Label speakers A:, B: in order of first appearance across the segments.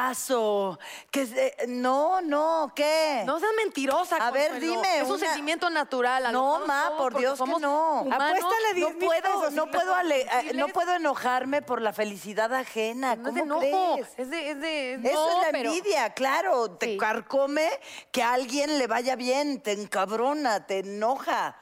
A: cuerpazo. Que, es, eh, no, no, ¿qué?
B: No seas mentirosa.
A: A ver,
B: Consuelo.
A: dime,
B: Es un
A: una-
B: sentimiento natural. a lo
A: No,
B: mejor
A: ma, por
B: porque
A: Dios que
B: somos
A: no.
B: humanos.
C: Apuéstale diez
A: no
C: mil
A: puedo,
C: pesos,
A: no
C: sí,
A: puedo,
C: no,
A: ale- eh, no
B: posibles.
A: puedo enojarme por la felicidad ajena.
B: No
A: ¿Cómo
B: es de enojo.
A: crees?
B: Es de, es de. es-
A: Eso
D: No,
A: es la
D: pero-
A: envidia, claro. Te
D: Sí.
A: carcome que a alguien le vaya bien, te encabrona, te enoja.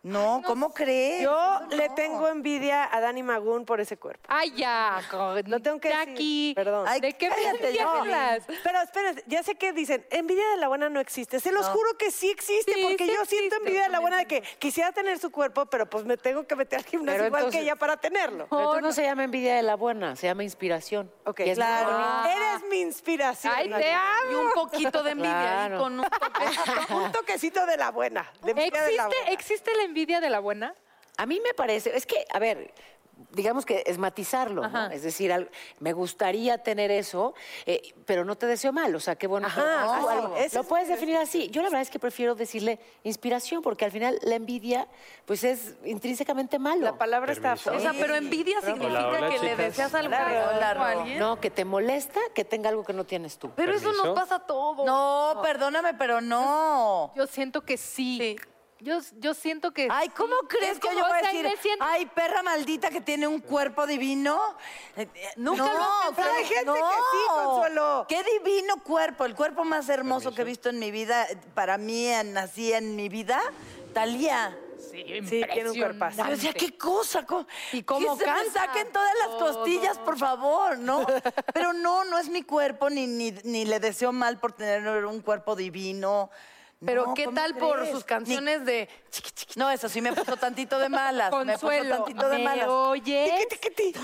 A: No, ¿cómo crees?
C: Yo
A: Eso
C: le
A: no.
C: tengo envidia a Dani Magún por ese cuerpo.
D: Ay, ya. con-
C: Lo tengo que decir.
D: Jackie,
C: Perdón.
A: Ay,
D: ¿De qué me
A: cállate,
D: envidia
A: no.
D: hablas?
C: Pero espérense, ya sé que dicen, envidia de la buena no existe. Se los juro que sí existe,
D: Sí,
C: porque
D: sí
C: yo siento
D: existe.
C: envidia de la buena de que quisiera tener su cuerpo, pero pues me tengo que meter al gimnasio igual que ella para tenerlo.
E: Pero entonces no se llama envidia de la buena, se llama inspiración.
C: Ok,
E: Y es
C: claro.
E: muy bonito.
C: Eres mi inspiración.
D: Ay,
C: Dani.
D: te amo.
B: Y un poquito de envidia. ahí
E: Claro.
B: con un toque.
C: Un toquecito de la buena. de envidia de la
D: ¿Existe,
C: buena.
D: ¿Existe la envidia de la buena?
E: A mí me parece, es que, a ver, digamos que es matizarlo, ¿no?
D: Ajá.
E: Es decir, al- me gustaría tener eso, eh, pero no te deseo mal, o sea, qué bueno. que-
C: Ajá,
E: haz tú
C: claro,
E: algo.
C: ese
E: Lo
C: es-
E: puedes definir así. Yo la verdad es que prefiero decirle inspiración, porque al final la envidia, pues es intrínsecamente malo.
C: La palabra está
F: Permiso.
B: O sea, pero envidia significa
F: hola,
B: que le
F: chicas.
B: deseas algo
A: Claro,
B: a
A: claro.
B: alguien.
E: No, que te molesta que tenga algo que no tienes tú.
B: Pero eso nos
F: Permiso.
B: pasa a todos.
A: No, perdóname, pero no.
D: Yo siento que sí.
B: Sí.
D: Yo, yo siento que
A: Ay,
D: sí.
A: ¿cómo crees
D: Es
A: que
D: como,
A: yo
D: o
A: voy a
D: sea,
A: decir,
D: me siento-
A: ay, perra maldita que tiene un cuerpo divino? Eh, eh,
B: Nunca
A: no,
B: lo has pensado.
A: claro
C: Hay gente
A: no.
C: que sí, Consuelo.
A: Qué divino cuerpo, el cuerpo más hermoso que he visto en mi vida, eh, para mí, en- así en mi vida, Talía.
C: Sí, tiene un cuerpazo.
A: O sea, qué cosa. ¿Cómo,
D: Y cómo
A: que se me
D: canta.
A: saquen todas las costillas, por favor, ¿no? Pero no, no es mi cuerpo, ni, ni, ni le deseo mal por tener un cuerpo divino.
B: Pero
A: No,
B: ¿qué
A: ¿cómo
B: tal por
A: crees?
B: sus canciones de
A: Ni- no, eso sí me puso tantito de malas. me
D: Consuelo,
A: puso tantito de
D: ¿me
A: malas.
D: oyes?
A: Tiqui, tiqui, ti.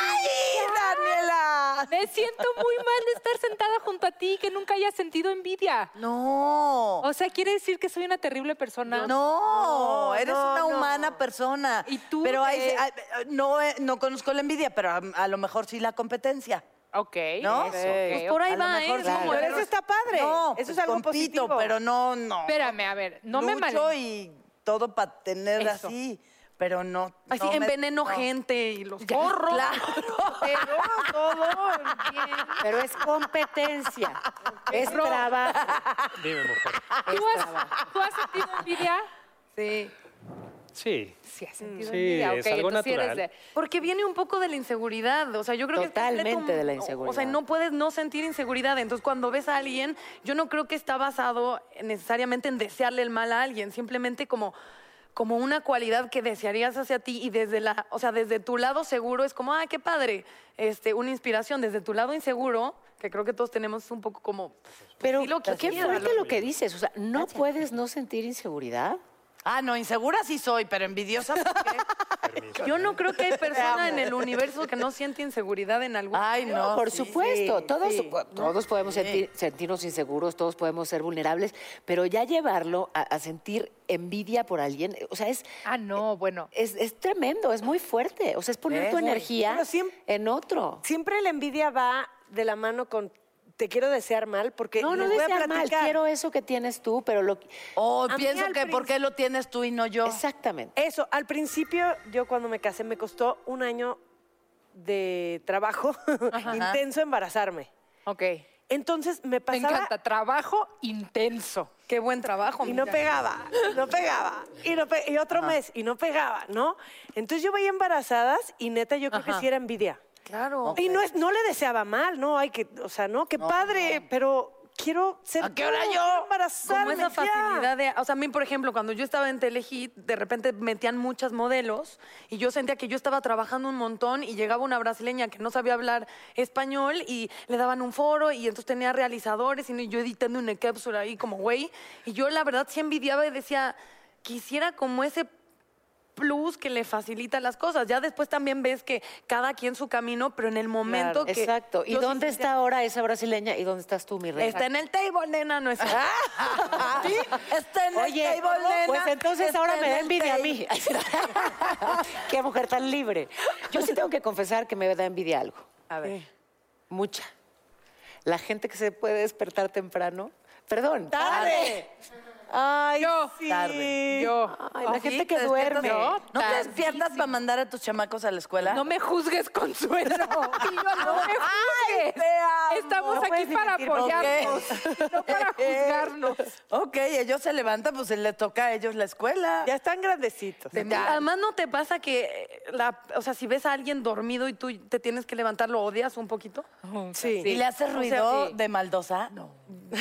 A: ¡Ay, Daniela!
D: Me siento muy mal de estar sentada junto a ti y que nunca haya sentido envidia.
A: No.
D: O sea, quiere decir que soy una terrible persona.
A: No, eres una humana persona.
D: ¿Y tú
A: Pero hay- ah,
D: qué?
A: hay- no, eh, no conozco la envidia, pero a, a lo mejor sí la competencia.
D: Ok.
A: ¿No?
D: eso, ok,
A: Pues
D: ok.
A: por ahí
D: A lo
A: va, ¿eh?
D: mejor
A: Es
D: sí.
A: como-
C: Pero eso está padre.
A: No,
C: eso
A: pues
C: es algo
A: compito,
C: positivo.
A: pero no, no.
D: Espérame, a ver, no me mal...
A: Lucho y todo para tener
D: Eso.
A: así, pero no.
B: Así
A: no me-
B: enveneno
A: no.
B: gente y los corro.
D: Pero todo bien.
E: Pero es competencia. es
D: Ro-
E: trabajo.
F: Dime, mujer.
D: ¿Tú has, tú has sentido envidia? Sí.
F: Sí.
D: Sí, has sentido
F: Sí,
D: envidia.
F: es
D: ok,
F: algo
D: entonces sí eres
F: natural.
D: de-
B: Mm. Porque viene un poco de la inseguridad. O sea, yo creo que. es
E: Totalmente
B: completo-
E: de la
B: O sea,
E: inseguridad.
B: no puedes no sentir inseguridad. Entonces, cuando ves a alguien, yo no creo que está basado necesariamente en desearle el mal a alguien. Simplemente como como una cualidad que desearías hacia ti y desde la, o sea, desde tu lado seguro es como, ah, qué padre, este, una inspiración desde tu lado inseguro, que creo que todos tenemos un poco como
E: Pero
B: Sí, lo que
E: qué
B: quiera,
E: fuerte
B: lo-
E: lo que dices. O sea, ¿no puedes no sentir inseguridad?
A: Ah, no, insegura sí soy, pero envidiosa. ¿por qué?
B: Yo no creo que hay persona en el universo que no siente inseguridad en algún
A: Ay, no.
E: Por
A: sí,
E: supuesto,
A: sí,
E: todos,
A: sí.
E: todos podemos sentir- sentirnos inseguros, todos podemos ser vulnerables, pero ya llevarlo a, a sentir envidia por alguien, eh, o sea, es,
D: Ah, no, bueno.
E: es, es tremendo, es muy fuerte, o sea, es poner tu energía
C: Pero siem-
E: en otro.
C: Siempre la envidia va de la mano con te quiero desear mal porque
E: No, no
C: les voy a
E: desear mal,
C: platicar.
E: quiero eso que tienes tú, pero lo...
A: O
C: A mí
A: pienso
C: al
A: que por qué lo tienes tú y no yo.
E: Exactamente.
C: Eso, al principio yo cuando me casé me costó un año de trabajo intenso embarazarme.
D: Ok.
C: Entonces me
D: Me
C: pasaba
D: encanta. Trabajo intenso.
B: Qué buen trabajo.
C: y no
B: mira.
C: pegaba, no pegaba, y, no pe- y otro mes y no pegaba, ¿no? Entonces yo veía embarazadas y neta yo creo que sí era envidia.
B: Claro.
C: Y no, es, no le deseaba mal, ¿no? Hay que, o sea, no, qué padre, pero quiero ser.
A: ¿A qué
C: tú,
A: hora yo?
C: quiero
B: Como
C: Embarazarme.
B: esa
C: ya.
B: facilidad de, o sea, a mí, por ejemplo, cuando yo estaba en Telehit, de repente metían muchas modelos y yo sentía que yo estaba trabajando un montón y llegaba una brasileña que no sabía hablar español y le daban un foro y entonces tenía realizadores y no- y yo editando una cápsula ahí como güey. Y yo la verdad sí envidiaba y decía, quisiera como ese plus que le facilita las cosas. Ya después también ves que cada quien su camino, pero en el momento que...
E: Exacto. ¿Y
B: yo sí sentía-
E: dónde está ahora esa brasileña y dónde estás tú, mi reina?
B: Está en el table, nena, no es...
A: ¿Sí? Está en
E: Oye,
A: el table, nena. Este
E: pues entonces
A: Está
E: ahora
A: en
E: me da
A: el
E: envidia a
A: table.
E: mí. Qué mujer tan libre. Yo sí tengo que confesar que me da envidia algo.
B: A ver.
A: Eh,
E: Mucha. La gente que se puede despertar temprano. Perdón.
C: Tarde. Ay,
D: Yo.
C: sí.
A: Tarde.
D: Yo.
E: Ay, la
A: ¿Sí?
E: gente
A: ¿Te
E: que
A: despiertas-
E: duerme.
D: ¿No?
A: ¿No te despiertas para mandar a tus chamacos a la escuela?
D: No me juzgues, Consuelo. Sí, yo, no me
A: ¡Ay,
D: juzgues.
A: te amo!
D: Estamos
A: No
D: aquí
A: puedes ni
D: para
A: decir,
D: apoyarnos, no para juzgarnos.
A: Ok, ellos se levantan, pues le toca a ellos la escuela.
C: Ya están grandecitos.
A: Ya.
B: Además, ¿no te pasa que, eh, la, o sea, si ves a alguien dormido y tú te tienes que levantar, lo odias un poquito?
D: Oh,
C: Sí.
A: ¿Y le hace ruido
B: sí.
A: de maldosa? No.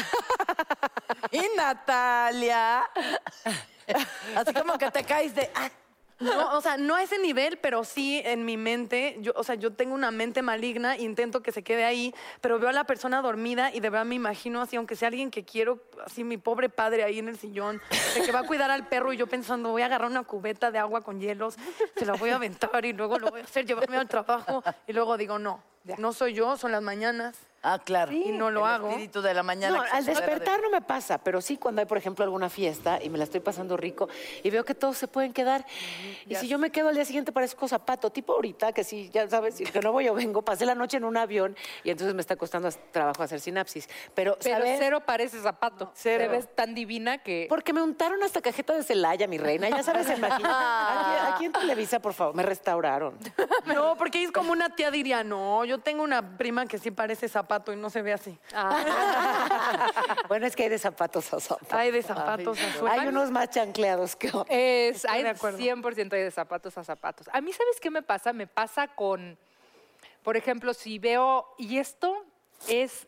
A: ¿Y Natalia? Así como que te caes de... ah,
B: No, o sea, no a ese nivel, pero sí en mi mente, yo, o sea, yo tengo una mente maligna, intento que se quede ahí, pero veo a la persona dormida y de verdad me imagino así, aunque sea alguien que quiero, así mi pobre padre ahí en el sillón, de que va a cuidar al perro y yo pensando, voy a agarrar una cubeta de agua con hielos, se la voy a aventar y luego lo voy a hacer, llevarme al trabajo y luego digo, no, no soy yo, son las mañanas.
A: ah, claro.
B: Sí. Y no lo
A: El
B: hago.
A: espíritu de la mañana.
E: No,
A: que
E: al
A: se acuerda de-
E: despertar no me pasa, pero sí cuando hay, por ejemplo, alguna fiesta y me la estoy pasando rico y veo que todos se pueden quedar. Y si yo me quedo al día siguiente parezco zapato, tipo ahorita, que sí, ya sabes, que no voy o vengo, pasé la noche en un avión y entonces me está costando as- trabajo hacer sinapsis. Pero,
D: Pero
E: ¿sabes?
D: cero parece zapato.
C: Cero.
D: Te ves tan divina que...
E: Porque me untaron hasta cajeta de Celaya, mi reina. Ya sabes, el maquillaje. Aquí, aquí en Televisa, por favor, me restauraron.
B: No, porque es como una tía diría, no, yo tengo una prima que sí parece zapato y no se ve así.
D: Ah.
E: bueno, es que hay de zapatos a zapatos.
B: Ay, de zapatos a suela.
E: Hay unos más chancleados que otros.
D: Es, hay
B: de acuerdo.
D: 100% hay de zapatos a zapatos. A mí, ¿sabes qué me pasa? Me pasa con, por ejemplo, si veo, y esto es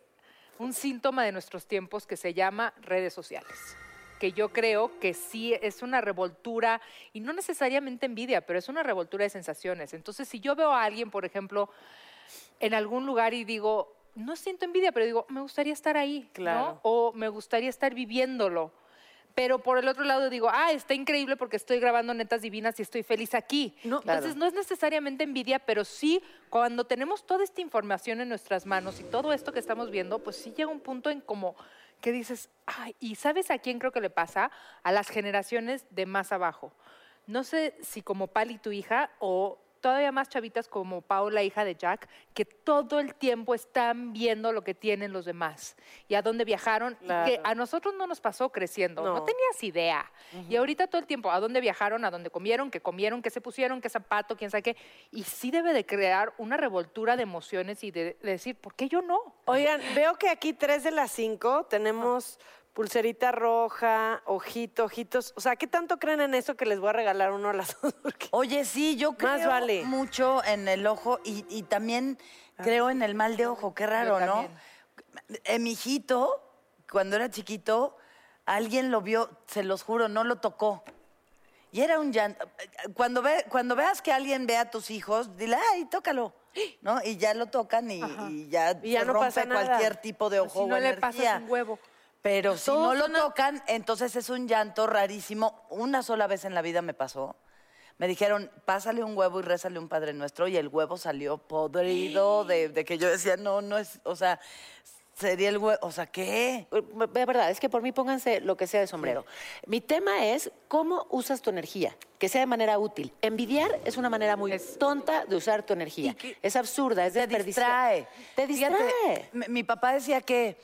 D: un síntoma de nuestros tiempos que se llama redes sociales, que yo creo que sí es una revoltura, y no necesariamente envidia, pero es una revoltura de sensaciones. Entonces, si yo veo a alguien, por ejemplo, en algún lugar y digo, no siento envidia, pero digo, me gustaría estar ahí,
C: Claro.
D: ¿no? O me gustaría estar viviéndolo. Pero por el otro lado digo, ah, está increíble porque estoy grabando netas divinas y estoy feliz aquí.
B: No,
D: Entonces no es necesariamente envidia, pero sí cuando tenemos toda esta información en nuestras manos y todo esto que estamos viendo, pues sí llega un punto en como que dices, ay, ¿y sabes a quién creo que le pasa? A las generaciones de más abajo. No sé si como Pali tu hija o todavía más chavitas como Paula, hija de Jack, que todo el tiempo están viendo lo que tienen los demás y a dónde viajaron, y que a nosotros no nos pasó creciendo, no,
C: No.
D: tenías idea. Y ahorita todo el tiempo, a dónde viajaron, a dónde comieron, qué comieron, qué se pusieron, qué zapato, quién sabe qué. Y sí debe de crear una revoltura de emociones y de, de decir, ¿por qué yo no?
C: Oigan, veo que aquí tres de las cinco tenemos pulserita roja, ojito, ojitos. O sea, ¿qué tanto creen en eso que les voy a regalar uno a las dos? Porque-
A: Oye, sí, yo creo
C: Más vale.
A: mucho en el ojo y, y también creo en el mal de ojo. Qué raro,
D: Ah. Yo
A: ¿no?
D: también.
A: Eh, mi hijito, cuando era chiquito, alguien lo vio, se los juro, no lo tocó. Y era un llanto. Cuando, ve, cuando veas que alguien ve a tus hijos, dile, ay, tócalo. ¿No? Y ya lo tocan y, y ya,
C: Y ya
A: se
C: no
A: rompe
C: pasa nada.
A: cualquier tipo de
D: Pues
A: ojo
D: si no
A: o
D: le
A: energía.
D: pasas un huevo.
A: Pero si
D: Todos
A: no lo
D: son a-
A: tocan, entonces es un llanto rarísimo. Una sola vez en la vida me pasó. Me dijeron, pásale un huevo y rézale un Padre Nuestro, y el huevo salió podrido de, de que yo decía, no, no es, o sea, sería el huevo, o sea, ¿qué?
E: De verdad, eh, es que por mí pónganse lo que sea de sombrero. Mi tema es cómo usas tu energía, que sea de manera útil. Envidiar es una manera muy tonta de usar tu energía. Es absurda, es
A: Te
E: desperdiciar.
A: distrae.
E: Te
A: Fíjate,
E: distrae.
A: mi, mi papá decía que,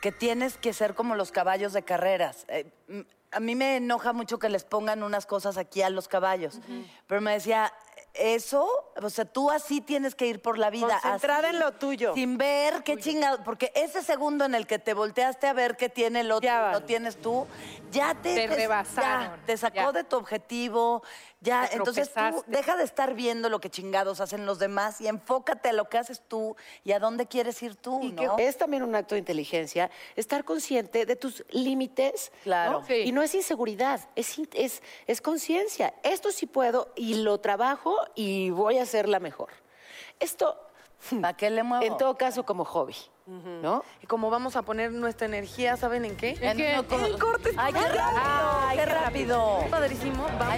A: que tienes que ser como los caballos de carreras. Eh, m- a mí me enoja mucho que les pongan unas cosas aquí a los caballos. Pero me decía, eso, o sea, tú así tienes que ir por la vida.
C: Concentrada
A: así,
C: en lo tuyo.
A: Sin ver qué chingado. Porque ese segundo en el que te volteaste a ver qué tiene el otro,
C: Ya
A: y
C: vale.
A: no tienes tú, ya te.
D: Te
A: ya,
D: rebasaron,
A: te sacó
D: ya.
A: de tu objetivo. Ya,
D: Te
A: entonces tú
D: tropezaste.
A: deja de estar viendo lo que chingados hacen los demás y enfócate a lo que haces tú y a dónde quieres ir tú, ¿no?
E: Es también un acto de inteligencia estar consciente de tus límites.
A: Claro.
E: ¿no?
D: Sí.
E: Y no es inseguridad, es, in- es, es conciencia. Esto sí puedo y lo trabajo y voy a hacerla mejor. Esto,
A: ¿Para qué le muevo?
E: en todo caso, como hobby, ¿no?
B: Y como vamos a poner nuestra energía, ¿saben en qué?
D: ¿En qué?
B: ¡El corte!
A: ¡Ay, qué rápido!
B: Ay,
A: ¡Qué rápido!
B: Padrísimo. Vamos.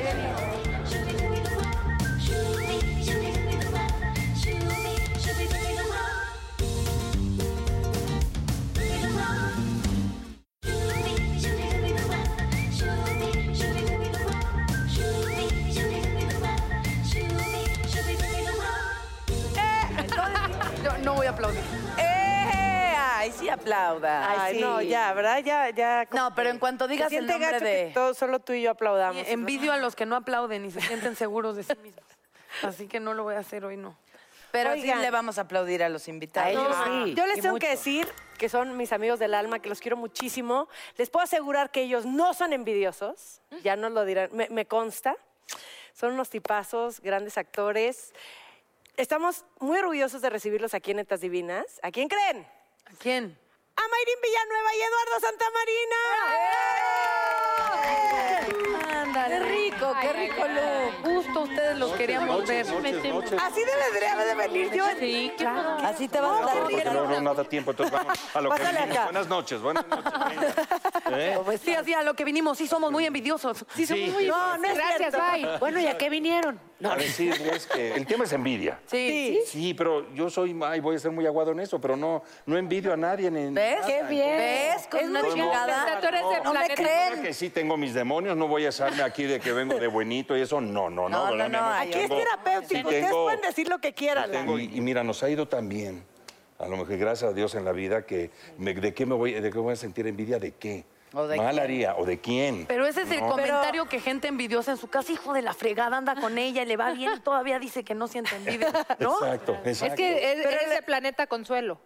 B: No, no voy a aplaudir.
A: ¡Eh! ¡Ay, sí aplauda!
C: Ay,
E: sí.
C: no, ya, ¿verdad? Ya, ya. como
A: No, pero en cuanto
C: que
A: digas
C: se
A: el
C: siente
A: nombre
C: gacho que
A: de...
C: todos, solo tú y yo aplaudamos.
B: Envidio a los que no aplauden y se sienten seguros de sí mismos. Así que no lo voy a hacer hoy, no.
A: Pero
C: Oigan.
A: sí le vamos a aplaudir a los invitados.
E: A ellos
C: No,
E: sí.
C: Yo les
A: y
C: tengo que
A: mucho.
C: decir que son mis amigos del alma, que los quiero muchísimo. Les puedo asegurar que ellos no son envidiosos, ya nos lo dirán, me, me consta. Son unos tipazos, grandes actores. Estamos muy orgullosos de recibirlos aquí en Netas Divinas. ¿A quién creen?
B: ¿A quién?
C: A Mayrín Villanueva y Eduardo Santamarina.
B: ¡Qué rico, qué rico look! Justo ustedes los queríamos ver.
C: Así debería de venir yo.
D: Sí, claro.
A: Así te vas a dar.
G: Porque no, no, no da tiempo, entonces vamos a lo que
C: Pásale
G: vinimos.
C: acá.
G: Buenas noches, buenas noches. venga. ¿Eh?
B: Pues Sí, así a lo que vinimos, sí somos muy envidiosos. Sí, somos muy
C: No, no es
D: Gracias,
C: cierto.
D: bye.
E: Bueno, ¿y a qué vinieron?
G: A decirles que el tema es envidia.
B: Sí.
G: Sí, pero yo soy, ay, voy a ser muy aguado en eso, pero no, no envidio a nadie. Ni,
A: ¿Ves?
G: Qué
E: bien.
A: ¿Ves? Con
D: Es
A: una
D: muy
A: chingada.
D: grande, tú eres de
A: No me
D: planeta.
A: creen.
G: Que sí tengo mis demonios, no voy a hacerme aquí de que vengo de buenito y eso, no, no, no.
A: No,
G: ¿verdad,
A: no,
G: mi amor?
A: no,
C: Aquí es
G: Tengo- sí
C: terapéutico. Ustedes
G: tengo-
C: pueden decir lo que quieran.
G: tengo- y, y mira, nos ha ido tan bien, a lo mejor gracias a Dios en la vida, que me- ¿de, qué me voy, ¿de qué voy a sentir envidia? ¿De qué?
A: ¿O de
G: Mal
A: quién?
G: haría, ¿o de quién?
B: Pero ese es el
G: No.
B: comentario que gente envidiosa en su casa, hijo de la fregada, anda con ella, le va bien y todavía dice que no siente envidia, ¿no?
G: Exacto, exacto.
D: Es que es, eres de planeta consuelo.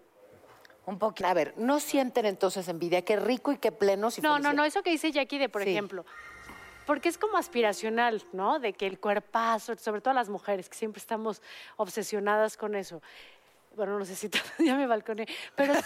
E: Un poquito. A ver, no sienten entonces envidia, qué rico y qué plenos y
H: No, no,
E: felices.
H: no, eso que dice Jackie de, por
E: Sí.
H: ejemplo, porque es como aspiracional, ¿no? De que el cuerpazo, sobre todo las mujeres, que siempre estamos obsesionadas con eso. Bueno, no sé si todavía ya me balconé, pero sí,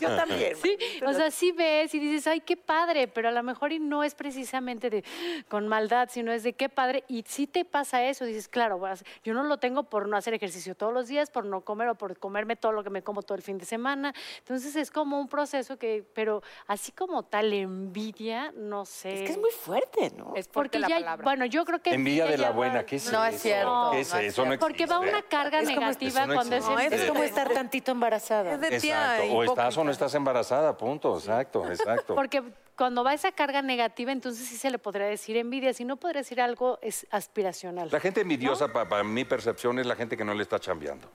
C: Yo también.
H: sí, o sea, sí ves y dices, ay, qué padre, pero a lo mejor y no es precisamente de con maldad, sino es de qué padre, y sí te pasa eso, dices, claro, vas- yo no lo tengo por no hacer ejercicio todos los días, por no comer o por comerme todo lo que me como todo el fin de semana, entonces es como un proceso que, pero así como tal envidia, no sé.
E: Es que es muy fuerte, ¿no?
D: Es porque
H: porque
D: la
H: ya,
D: palabra.
H: bueno, yo creo que
G: Envidia de
H: ya
G: la
H: va-
G: buena, ¿qué es
A: No
G: eso?
A: es cierto,
G: ¿Qué es
A: no es
G: eso? No
H: porque va
G: existe.
H: una carga
G: Es como-
H: negativa
G: eso no
H: cuando es
G: existe.
H: envidia.
E: este, Es como este. estar tantito embarazada.
B: Es de tía
G: Exacto, o estás o no
B: hipócrita.
G: estás embarazada, punto, exacto, exacto.
H: Porque cuando va esa carga negativa, entonces sí se le podría decir envidia, si no podría decir algo es aspiracional.
G: La gente envidiosa, pa- para mi percepción, es la gente que no le está chambeando.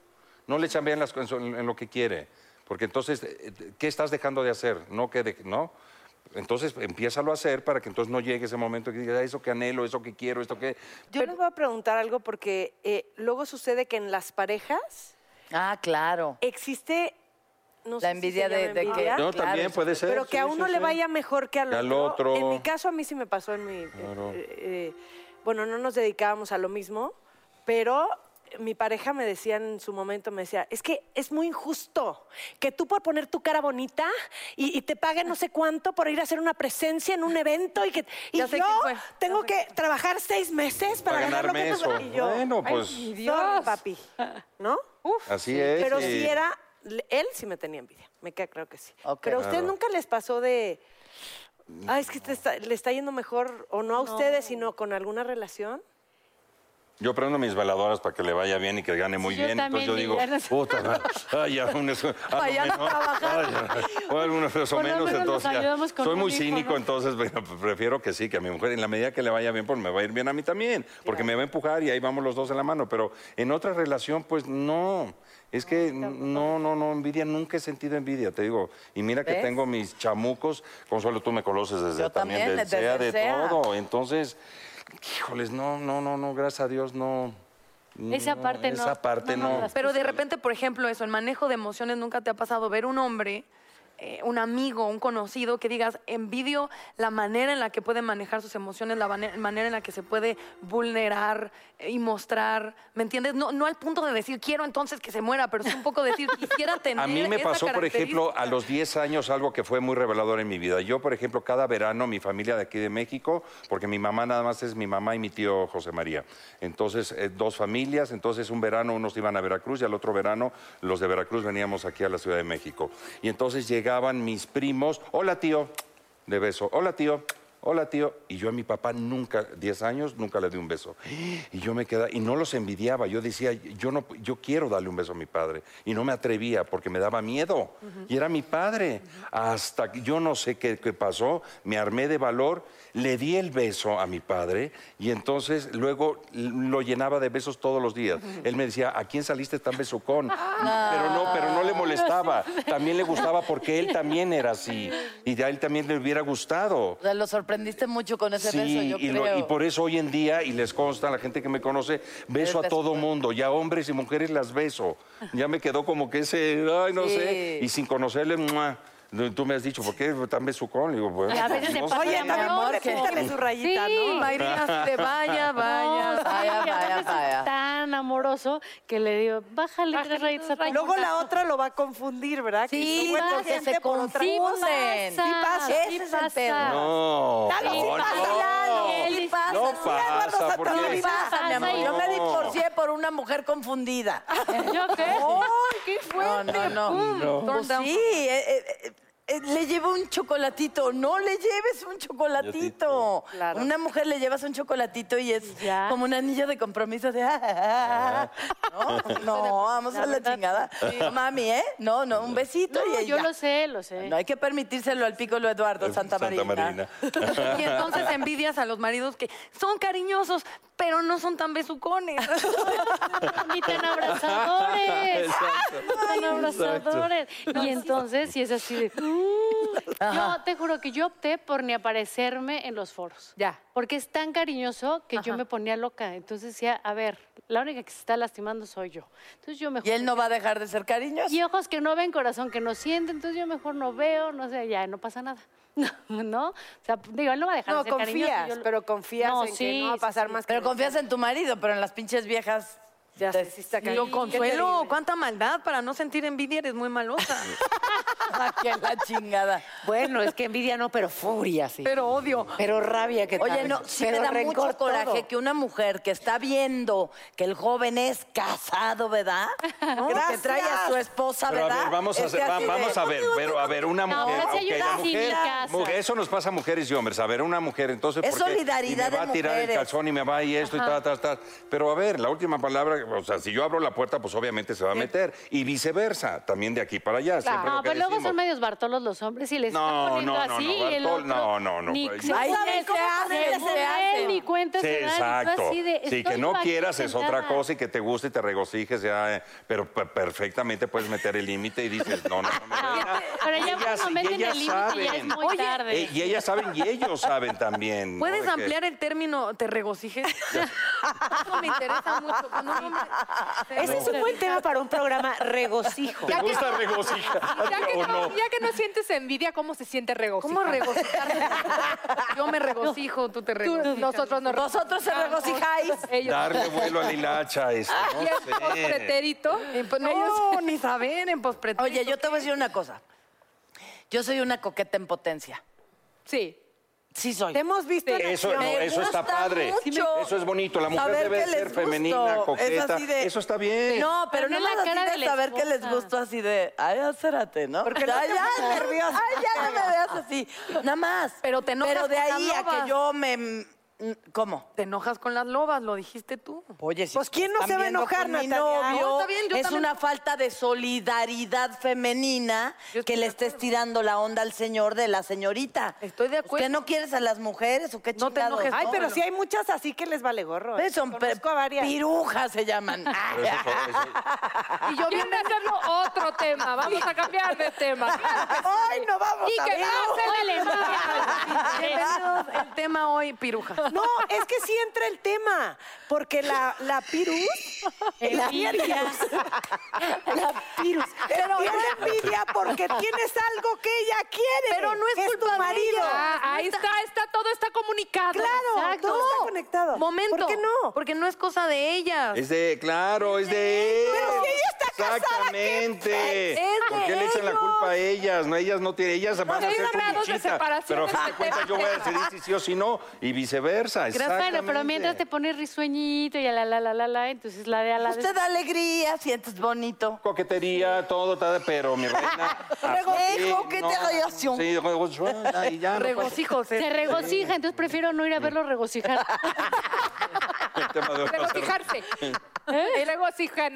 G: No le chambean las, co- en, su- en lo que quiere. Porque entonces, eh, eh, ¿qué estás dejando de hacer? No, que de- ¿no? Entonces, empiézalo a hacer para que entonces no llegue ese momento que digas, "Ah, eso que anhelo, eso que quiero, esto que...
C: Yo les voy a preguntar algo porque eh, luego sucede que en las parejas
A: Ah, claro.
C: existe... No
A: La envidia de-
C: llama
A: de que-
C: envidia,
G: No,
A: claro,
G: también puede ser.
C: Pero Ah, que a
G: sí,
C: uno
G: sí,
C: le
G: sí.
C: vaya mejor que al,
G: Que al
C: otro.
G: otro.
C: En mi caso a mí sí me pasó en mi...
G: Claro.
C: eh, eh, bueno, no nos dedicábamos a lo mismo, pero mi pareja me decía en su momento, me decía, es que es muy injusto que tú por poner tu cara bonita y, y te paguen no sé cuánto por ir a hacer una presencia en un evento y que y
B: Ya sé
C: yo
B: quién fue, ya
C: tengo
B: sé
C: que trabajar seis meses para,
G: Para
C: ganar lo que
G: ganarme
C: tú
G: eso.
C: ganas". Y yo,
G: Bueno, pues,
C: "Ay, sorry, papi, ¿no?
G: así es.
C: Pero
G: y-
C: si era, le- él sí me tenía envidia, me queda claro que sí.
A: Ok.
C: Pero a usted
G: Claro.
C: nunca les pasó de, ah, es que te está- le está yendo mejor, o no a ustedes, sino con alguna relación.
G: Yo prendo mis baladoras para que le vaya bien y que gane muy
H: Sí, yo
G: bien. Entonces
H: también
G: yo digo,
H: diría, no sé.
G: puta, madre, ay, ya un eso, algo
C: Ay, ya no
G: menos, ay, ya, o algunos eso
H: Por lo
G: menos,
H: menos nos
G: entonces ya.
H: ayudamos con
G: Soy
H: un
G: muy
H: hijo,
G: cínico,
H: ¿no?
G: entonces bueno, pues prefiero que sí, que a mi mujer, en la medida que le vaya bien, pues me va a ir bien a mí también, porque me va a empujar y ahí vamos los dos en la mano. Pero en otra relación, pues no. Es que no, no, no, envidia, nunca he sentido envidia, te digo. Y mira que
A: ¿Ves?
G: tengo mis chamucos, Consuelo, tú me conoces desde
A: Yo
G: también,
A: también,
G: del
A: desde
G: SEA,
A: el
G: de
A: SEA.
G: todo. Entonces, híjoles, no, no, no, no, gracias a Dios, no.
H: Esa parte no-
G: Esa parte
H: no, no,
G: no.
H: las-
B: Pero de repente, por ejemplo, eso, el manejo de emociones, nunca te ha pasado ver un hombre, eh, un amigo, un conocido, que digas, envidio la manera en la que puede manejar sus emociones, la mane- manera en la que se puede vulnerar eh, y mostrar, ¿me entiendes? No, no al punto de decir, quiero entonces que se muera, pero sí un poco decir, quisiera tener
G: A
H: ¿eh?
G: mí me
B: esa
G: pasó, por ejemplo, a los 10 años algo que fue muy revelador en mi vida. Yo, por ejemplo, cada verano mi familia de aquí de México, porque mi mamá nada más es mi mamá y mi tío José María. Entonces, eh, dos familias, entonces un verano unos iban a Veracruz y al otro verano los de Veracruz veníamos aquí a la Ciudad de México. Y entonces llegaban mis primos, hola tío, de beso, hola tío. Hola tío, y yo a mi papá nunca, 10 años, nunca le di un beso. Y yo me quedaba, y no los envidiaba, yo decía, yo, no, yo quiero darle un beso a mi padre. Y no me atrevía porque me daba miedo. Y era mi padre. Hasta que yo no sé qué, qué pasó, me armé de valor, le di el beso a mi padre y entonces luego l- lo llenaba de besos todos los días. Él me decía, ¿a quién saliste tan besucón? Pero no, pero no le molestaba. También le gustaba porque él también era así. Y a él también le hubiera gustado.
A: O sea, lo sorprendiste mucho con ese beso, yo
G: y, lo-
A: creo.
G: y por eso hoy en día, y les consta, la gente que me conoce, beso a
A: beso
G: todo mundo, ya hombres y mujeres las beso. Ya me quedó como que ese, ay, no sé,
A: Sí.
G: y sin conocerle, ¡mua! tú me has dicho, ¿por qué tan besucón? Le digo, pues,
H: A veces se
G: no
H: pasa
G: sé.
H: de
C: Oye, también
H: amoroso.
C: por píntale su rayita,
H: Sí.
C: ¿no?
H: Vaya,
B: de vaya, vaya.
H: No, sí,
A: vaya,
H: a
A: vaya,
H: veces
A: vaya.
H: es tan amoroso que le digo, bájale tres rayitas a tu
C: Luego
H: portazo".
C: la otra lo va a confundir, ¿verdad?
A: Sí,
C: estuvo
A: pasa,
C: enojante
A: se
C: por otra
H: Sí
C: cosa.
A: confunden.
H: pasa,
C: Sí pasa.
A: Ese es el
H: pasa.
A: pedo.
G: No,
C: Dale, sí
G: no,
C: pasa,
G: no.
A: Lalo, sí pasa.
G: No
A: Sí,
G: pasa,
C: Rosa,
G: porque
C: tú
A: Sí
C: eres-
A: pasa, mi amor.
H: Pasa y-
A: Yo me divorcié por una mujer confundida.
H: ¿Yo qué?
B: qué
A: No,
B: fuerte!
A: no, no.
G: No.
A: Pues sí, eh, eh, eh, eh, le llevo un chocolatito. No le lleves un chocolatito.
C: Claro.
A: Una mujer le llevas un chocolatito y es
H: Ya.
A: como un anillo de compromiso de... ah, ah, ah. No, no, vamos a la chingada. No, Mami, ¿eh? No, no, un besito
H: No,
A: y
H: yo
A: ya.
H: lo sé, lo sé.
A: No hay que permitírselo al pícolo Eduardo Santa Marina.
B: Y entonces envidias a los maridos que son cariñosos, pero no son tan besucones.
H: Ni tan abrazadores. Ni tan abrazadores. Y entonces, si es así de. "Mm". Yo te juro que yo opté por ni aparecerme en los foros.
B: Ya.
H: Porque es tan cariñoso que yo
B: Ajá.
H: me ponía loca. Entonces decía, a ver, la única que se está lastimando soy yo. Entonces yo mejor.
A: Y él no va a dejar de ser cariñoso.
H: Y ojos que no ven, corazón que no siente, entonces yo mejor no veo, no sé, ya no pasa nada. ¿No? O sea, digo, él no va a dejar
C: No,
H: de ser cariñoso,
C: confías,
H: yo lo-
C: pero confías
H: No,
C: en que
H: sí,
C: no va a
H: sí,
C: pasar
H: sí.
C: más que
A: Pero confías en tu marido, pero en las pinches viejas...
C: Ya
A: te-
C: sé, sí está
B: Y yo,
C: cañón.
B: Consuelo, cuánta maldad para no sentir envidia, eres muy malosa.
A: Ah, ¡Qué la chingada!
E: Bueno, es que envidia no, pero furia, sí.
D: Pero odio.
E: Pero rabia que
A: Oye,
E: tal.
A: no, sí
E: Pero
A: me da
E: rencor,
A: mucho coraje
E: todo.
A: que una mujer que está viendo que el joven es casado, ¿verdad? Que
E: Gracias.
A: trae a su esposa,
G: Pero a
A: ¿verdad?
G: ver, vamos a,
A: Esté
G: hacer- va-
A: así de-
G: vamos a ver, pero a ver, una
H: No,
G: mujer.
H: pero si
G: ok,
H: hay
G: la
H: una
G: mujer,
H: cínica.
G: mujer, Eso nos pasa a mujeres y hombres. A ver, una mujer, entonces.
A: Es
G: ¿por qué?
A: solidaridad
G: Y me va
A: de
G: a tirar el
A: mujeres.
G: calzón y me va y esto y tal, tal, tal. Pero a ver, la última palabra, o sea, si yo abro la puerta, pues obviamente se va a meter. Y viceversa, también de aquí para allá. siempre lo
H: No,
G: que
H: pero Ah, pues luego son
G: decimos.
H: medios bartolos los hombres y les
G: No,
H: están poniendo
G: no, no,
H: así
G: no,
H: y el
G: Bartol-
H: otro
G: no, no, no,
H: Ni
G: pues,
H: se
A: Ahí
H: sabe
A: se
H: cómo
A: hacen,
H: se
A: se
H: ven,
A: hacen.
H: ni cuenta
G: Sí,
H: se dan, y tú
G: exacto.
H: así de,
G: Sí, que
H: estoy
G: no
H: aquí
G: quieras es otra
H: sentada.
G: cosa y que te guste y te regocijes, ya, eh, pero pe- perfectamente puedes meter el límite y dices, no, no, no. no, no.
H: Pero ya
G: Ellas-
H: cuando
G: y
H: meten
G: ellas
H: el límite ya es
G: saben.
H: muy tarde.
G: Eh, y ellas saben y ellos saben también. ¿no?
D: ¿Puedes
G: De que-
D: ampliar el término te regocijes? Eso me interesa mucho.
H: pues
D: Cuando un hombre se
E: Ese es un buen tema para un programa regocijo.
G: ¿Te gusta regocijar
D: Ya que,
G: o
D: no,
G: no?
D: ya que no sientes envidia, ¿cómo se siente regocijar? ¿Cómo regocijar? Yo me regocijo, tú te regocijas. Nosotros nos
A: Vosotros se
D: regocijamos.
A: regocijáis.
D: Ellos
G: Darle vuelo a la hilacha, este,
D: Y en
G: no sé.
D: postpretérito. no, ni saben en postpretérito.
A: Oye, yo te voy a decir una cosa. Yo soy una coqueta en potencia.
D: Sí.
A: Sí soy.
C: Te hemos visto en
G: Eso,
C: acción.
G: no,
A: Me
G: eso está
A: gusta
G: padre.
A: mucho
G: Eso es bonito. La mujer
A: saber
G: debe
A: que les
G: ser
A: gusto.
G: femenina,
A: Es
G: coqueta.
A: así de-
G: Eso está bien.
A: No, pero,
H: Pero no
A: no
H: en
A: más
H: la
A: así
H: cara de
A: de
H: la
A: saber que les
H: esposa.
A: gustó así de, ay, acérate, ¿no? Porque
C: no
A: ay,
C: te
A: ya,
C: pongas nerviosa.
A: Ay, ya no me veas así. Nada más.
D: Pero te enojas
A: Pero de
D: con la
A: ahí a
D: loba.
A: que yo me... mm, ¿Cómo?
D: Te enojas con las lobas, lo dijiste tú.
A: Oye, si
C: Pues, ¿quién no
A: están
C: se va a
A: viendo
C: enojar,
A: con mi
C: Natalia?
A: novio,
D: No, está bien, yo
A: es
D: también-
A: una falta de solidaridad femenina
D: Yo estoy
A: que le
D: de
A: estés tirando la onda al señor de la señorita.
D: Estoy de acuerdo.
A: ¿Que no quieres a las mujeres o qué
D: No te
A: chingados?
D: enojes,
C: Ay,
D: no,
C: pero
D: bueno.
C: sí hay muchas así que les vale gorro. ¿eh?
A: Son pe-
C: Conozco a varias.
A: pirujas se llaman.
G: Pero eso- eso-
D: Y yo viene a hacerlo otro tema. Vamos a cambiar de tema.
C: Ay, no vamos
D: Y
C: a
D: que
C: ver.
D: no se le Bienvenidos. El tema hoy, piruja.
C: No, es que sí entra el tema, porque la, la pirus... la
E: Envidia.
C: La pirus. Pero tiene envidia porque tienes algo que ella quiere.
D: Pero no es,
C: que
D: culpa
C: tu marido.
D: de ella. Ah, ahí está, está, todo está comunicado.
C: Claro, todo está conectado.
D: Momento.
C: ¿Por qué no?
D: Porque no es cosa de ellas.
G: Es de, claro, es de ellos.
C: Pero si ella está casada, ¿qué?
G: Exactamente.
D: Es
G: ¿Por
D: de
G: qué le echan la
D: ellos.
G: culpa a ellas? No, ellas no tienen, ellas van a
D: Seis
G: ser
D: grados de
G: su muchita,
D: separación
G: Pero a fin de
D: entre
G: cuentas yo voy a decidir si sí o si no y viceversa. Exactamente.
H: Bueno, pero mientras te pones risueñito y a la la la la la, entonces la de a la de-
A: Usted da alegría, sientes bonito.
G: Coquetería, todo, tal, pero mi reina.
A: Luego,
G: hasta
A: eh,
G: aquí,
A: coqueteación.
G: Sí, regocijo, y ya. no pasa
D: Regocijos.
H: Se regocija, entonces prefiero no ir a verlo regocijar.
G: el tema de hoy.
D: Regocijarse. El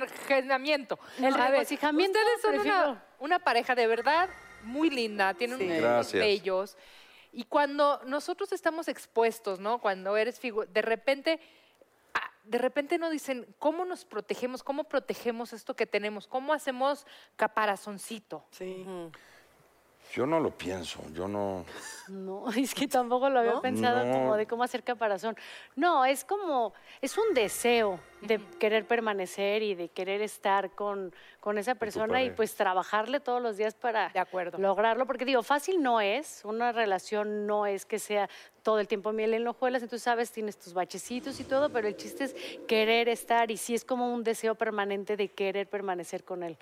D: regocijamiento.
H: El
D: A ver,
H: regocijamiento,
D: Ustedes son
H: prefiero.
D: una, una pareja de verdad muy linda, tienen unos ojos
G: Gracias.
D: bellos. Y cuando nosotros estamos expuestos, ¿no? Cuando eres figura, de repente, ah, de repente nos dicen, ¿cómo nos protegemos? ¿Cómo protegemos esto que tenemos? ¿Cómo hacemos caparazoncito?
G: Yo no lo pienso, yo no.
H: No, es que tampoco lo había pensado
G: No.
H: como de cómo hacer caparazón. No, es como, es un deseo de querer permanecer y de querer estar con, con esa persona y
G: pareja.
H: pues trabajarle todos los días para
D: De acuerdo.
H: lograrlo. Porque digo, fácil no es, una relación no es que sea todo el tiempo miel en hojuelas, entonces sabes, tienes tus bachecitos y todo, pero el chiste es querer estar y sí es como un deseo permanente de querer permanecer con él.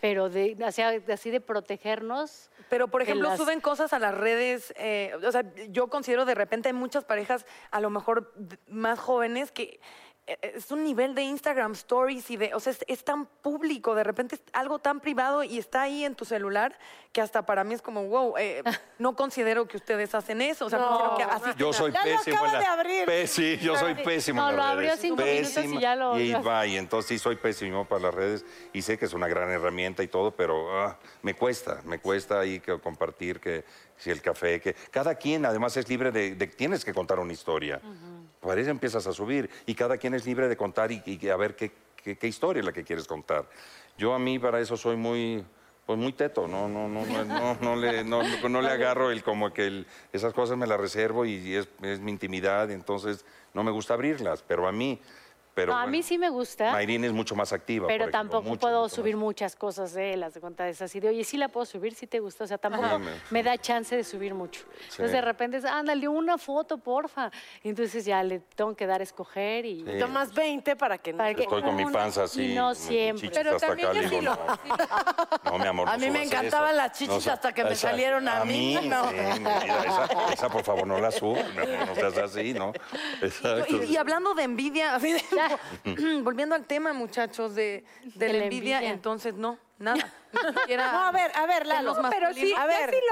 H: Pero de, así, así de protegernos.
I: Pero, por
H: de
I: ejemplo,
H: las-
I: suben cosas a las redes. eh, o sea, yo considero de repente hay muchas parejas, a lo mejor d- más jóvenes, que eh, es un nivel de Instagram Stories y de. O sea, es, es tan público, de repente es algo tan privado y está ahí en tu celular que hasta para mí es como, wow, eh, no considero que ustedes hacen eso. O sea, considero que así.
G: Yo soy
C: Ya lo
G: pésimo.
C: acaba
G: en la-
C: de abrir.
G: Pési- yo soy pésimo.
H: No,
G: en las
H: lo abrió
G: redes.
H: cinco minutos y
G: Pésimo,
H: ya lo
G: Y
H: abrió.
G: va, y entonces sí soy pésimo para las redes y sé que es una gran herramienta y todo, pero ah, me cuesta, me cuesta ahí que compartir que si el café, que cada quien además es libre de, de- tienes que contar una historia. Para eso empiezas a subir y cada quien es libre de contar y, y a ver qué, qué, qué historia es la que quieres contar. Yo a mí para eso soy muy... Pues muy teto, no, no, no, no, no, no le, no, no- no le agarro el como que el- esas cosas me las reservo y es, es mi intimidad, entonces no me gusta abrirlas, pero a mí Pero
H: No, a
G: bueno,
H: mí sí me gusta.
G: Mayrin es mucho más activa.
H: Pero
G: por ejemplo,
H: tampoco
G: mucho,
H: puedo
G: mucho más.
H: subir muchas cosas de las de cuenta de esas. Y de, oye, sí la puedo subir, sí te gusta. O sea, tampoco
G: Ajá.
H: me da chance de subir mucho.
G: Sí.
H: Entonces, de repente es, ándale, una foto, porfa. Y entonces ya le tengo que dar a escoger y...
G: Sí.
C: Tomas 20 para que no.
H: Para que-
G: Estoy con mi
H: una-
G: panza
H: y
G: así.
H: No
G: mis
H: siempre.
G: chichis hasta acá, le digo, no. No, mi amor.
A: A
G: no
A: mí me
G: subas
A: encantaban
G: eso.
A: las chichis hasta que me salieron a mí, no.
G: sí, mi vida, esa, esa, por favor, no la subas. No, no seas así, ¿no? Exacto.
B: Y, y hablando de envidia, así de- volviendo al tema, muchachos, de, de
H: De
B: la
H: la
B: envidia,
H: envidia.
B: entonces no, nada. Ni siquiera-
C: No, a ver, a ver, Lalo.
B: Los
D: Pero sí,
B: masculinos.
D: a
C: A
D: ver.
C: ver.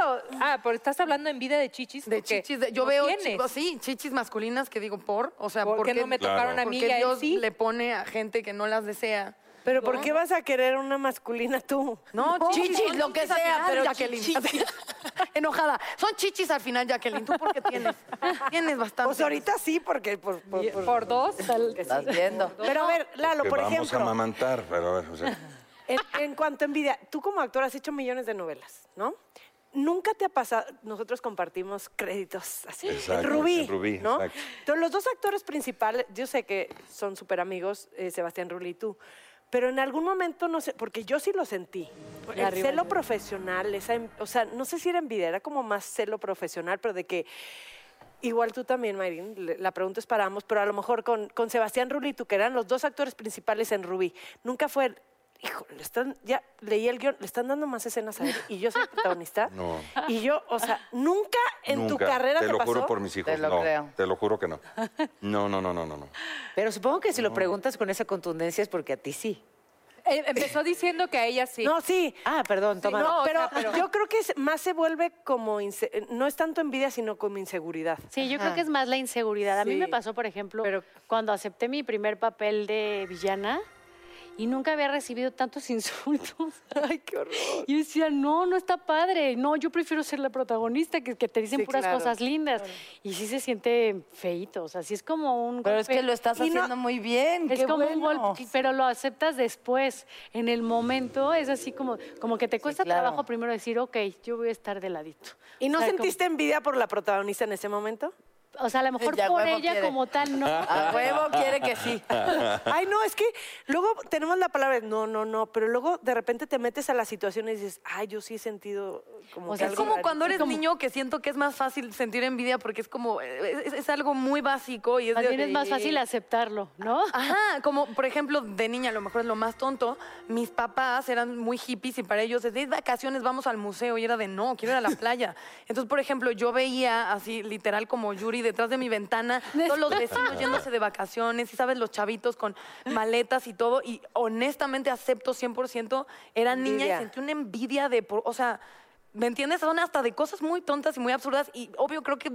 D: Ah, pero estás hablando en vida de chichis.
B: De
D: porque
B: chichis, de- yo
D: no
B: veo
D: tienes.
B: chi- sí, chichis masculinas que digo por, o sea,
D: ¿Por qué no me tocaron a mí y
B: porque
D: a él
B: Dios
D: sí?
B: le pone a gente que no las desea.
C: Pero ¿por qué vas a querer una masculina tú?
B: No, chichis,
A: chichis,
B: lo que sea, pero Jacqueline.
A: chichis.
B: Enojada. Son chichis al final, Jacqueline. ¿Tú por qué tienes? Tienes bastante.
C: Pues ahorita sí, porque por, por- por-
D: Por dos.
A: Estás viendo.
C: Pero a ver, Lalo,
G: Que
C: por
G: vamos a
C: ejemplo,
G: amamantar, pero a ver, o sea,
C: en, en cuanto a envidia, tú como actor has hecho millones de novelas, ¿no? Nunca te ha pasado, nosotros compartimos créditos así, en
G: Exacto,
C: Rubí,
G: en Rubí,
C: ¿no?
G: exacto.
C: Entonces, los dos actores principales, yo sé que son súper amigos, eh, Sebastián Rulli y tú, pero en algún momento, no sé, porque yo sí lo sentí, el celo profesional, esa, en- o sea, no sé si era envidia, era como más celo profesional, pero de que Igual tú también, Mayrin, le- la pregunta es para ambos, pero a lo mejor con, con Sebastián Rulli y tú, que eran los dos actores principales en Rubí, nunca fue el, hijo, le están, ya leí el guión, le están dando más escenas a él y yo soy protagonista.
G: No.
C: Y yo, o sea, nunca en
G: nunca.
C: tu carrera te,
G: Te lo
C: pasó.
G: juro por mis hijos,
E: Te lo
G: no.
E: creo.
G: Te lo juro que no. No, no, no, no, no, no.
E: Pero supongo que si lo preguntas con esa contundencia es porque a ti sí.
D: Eh, Empezó diciendo que a ella sí.
C: No, sí.
E: Ah, perdón, toma.
D: no, o
C: pero,
D: sea, pero-
C: yo creo que es- más se vuelve como, inse- no es tanto envidia, sino como inseguridad.
H: Sí, yo creo que es más la inseguridad. A mí me
C: Sí.
H: pasó, por ejemplo,
D: Pero-
H: cuando acepté mi primer papel de villana y nunca había recibido tantos insultos. Ay, qué horror. Yo decía, no, no está padre. No, yo prefiero ser la protagonista, que, que te dicen
C: Sí,
H: puras
C: claro,
H: cosas lindas. Y sí se siente feíto, o sea, sí es como un
A: Pero es
H: golpe-
A: que lo estás
H: Y no-
A: haciendo muy bien.
H: es
A: qué
H: como un
A: bueno.
H: golpe, pero lo aceptas después. En el momento es así como, como que te cuesta
E: claro.
H: trabajo primero decir, ok, yo voy a estar de ladito.
C: ¿Y no
H: O sea, como-
C: sentiste envidia por la protagonista en ese momento?
H: o sea, a lo mejor
A: Eh, Ya
H: por
A: huevo
H: ella
A: quiere.
H: como tal no.
A: A huevo quiere que sí.
C: Ay, no, es que luego tenemos la palabra, no, no, no, pero luego de repente te metes a la situación y dices, ay, yo sí he sentido como
H: O
C: que
H: sea,
B: es
C: algo
B: como
C: rarito".
B: cuando eres niño que siento que es más fácil sentir envidia porque es como eh, es, es algo muy básico y es
H: Más
B: de-
H: bien es más fácil aceptarlo, ¿no?
B: Ajá, como por ejemplo de niña, a lo mejor es lo más tonto. Mis papás eran muy hippies y para ellos desde vacaciones vamos al museo y era de no, quiero ir a la playa. Entonces, por ejemplo, yo veía así literal como Yuri detrás de mi ventana, todos los vecinos yéndose de vacaciones y sabes, los chavitos con maletas y todo. Y honestamente acepto 100%, era niña
C: Envidia.
B: y sentí una envidia de, por- o sea... ¿Me entiendes? Son hasta de cosas muy tontas y muy absurdas. Y obvio, creo que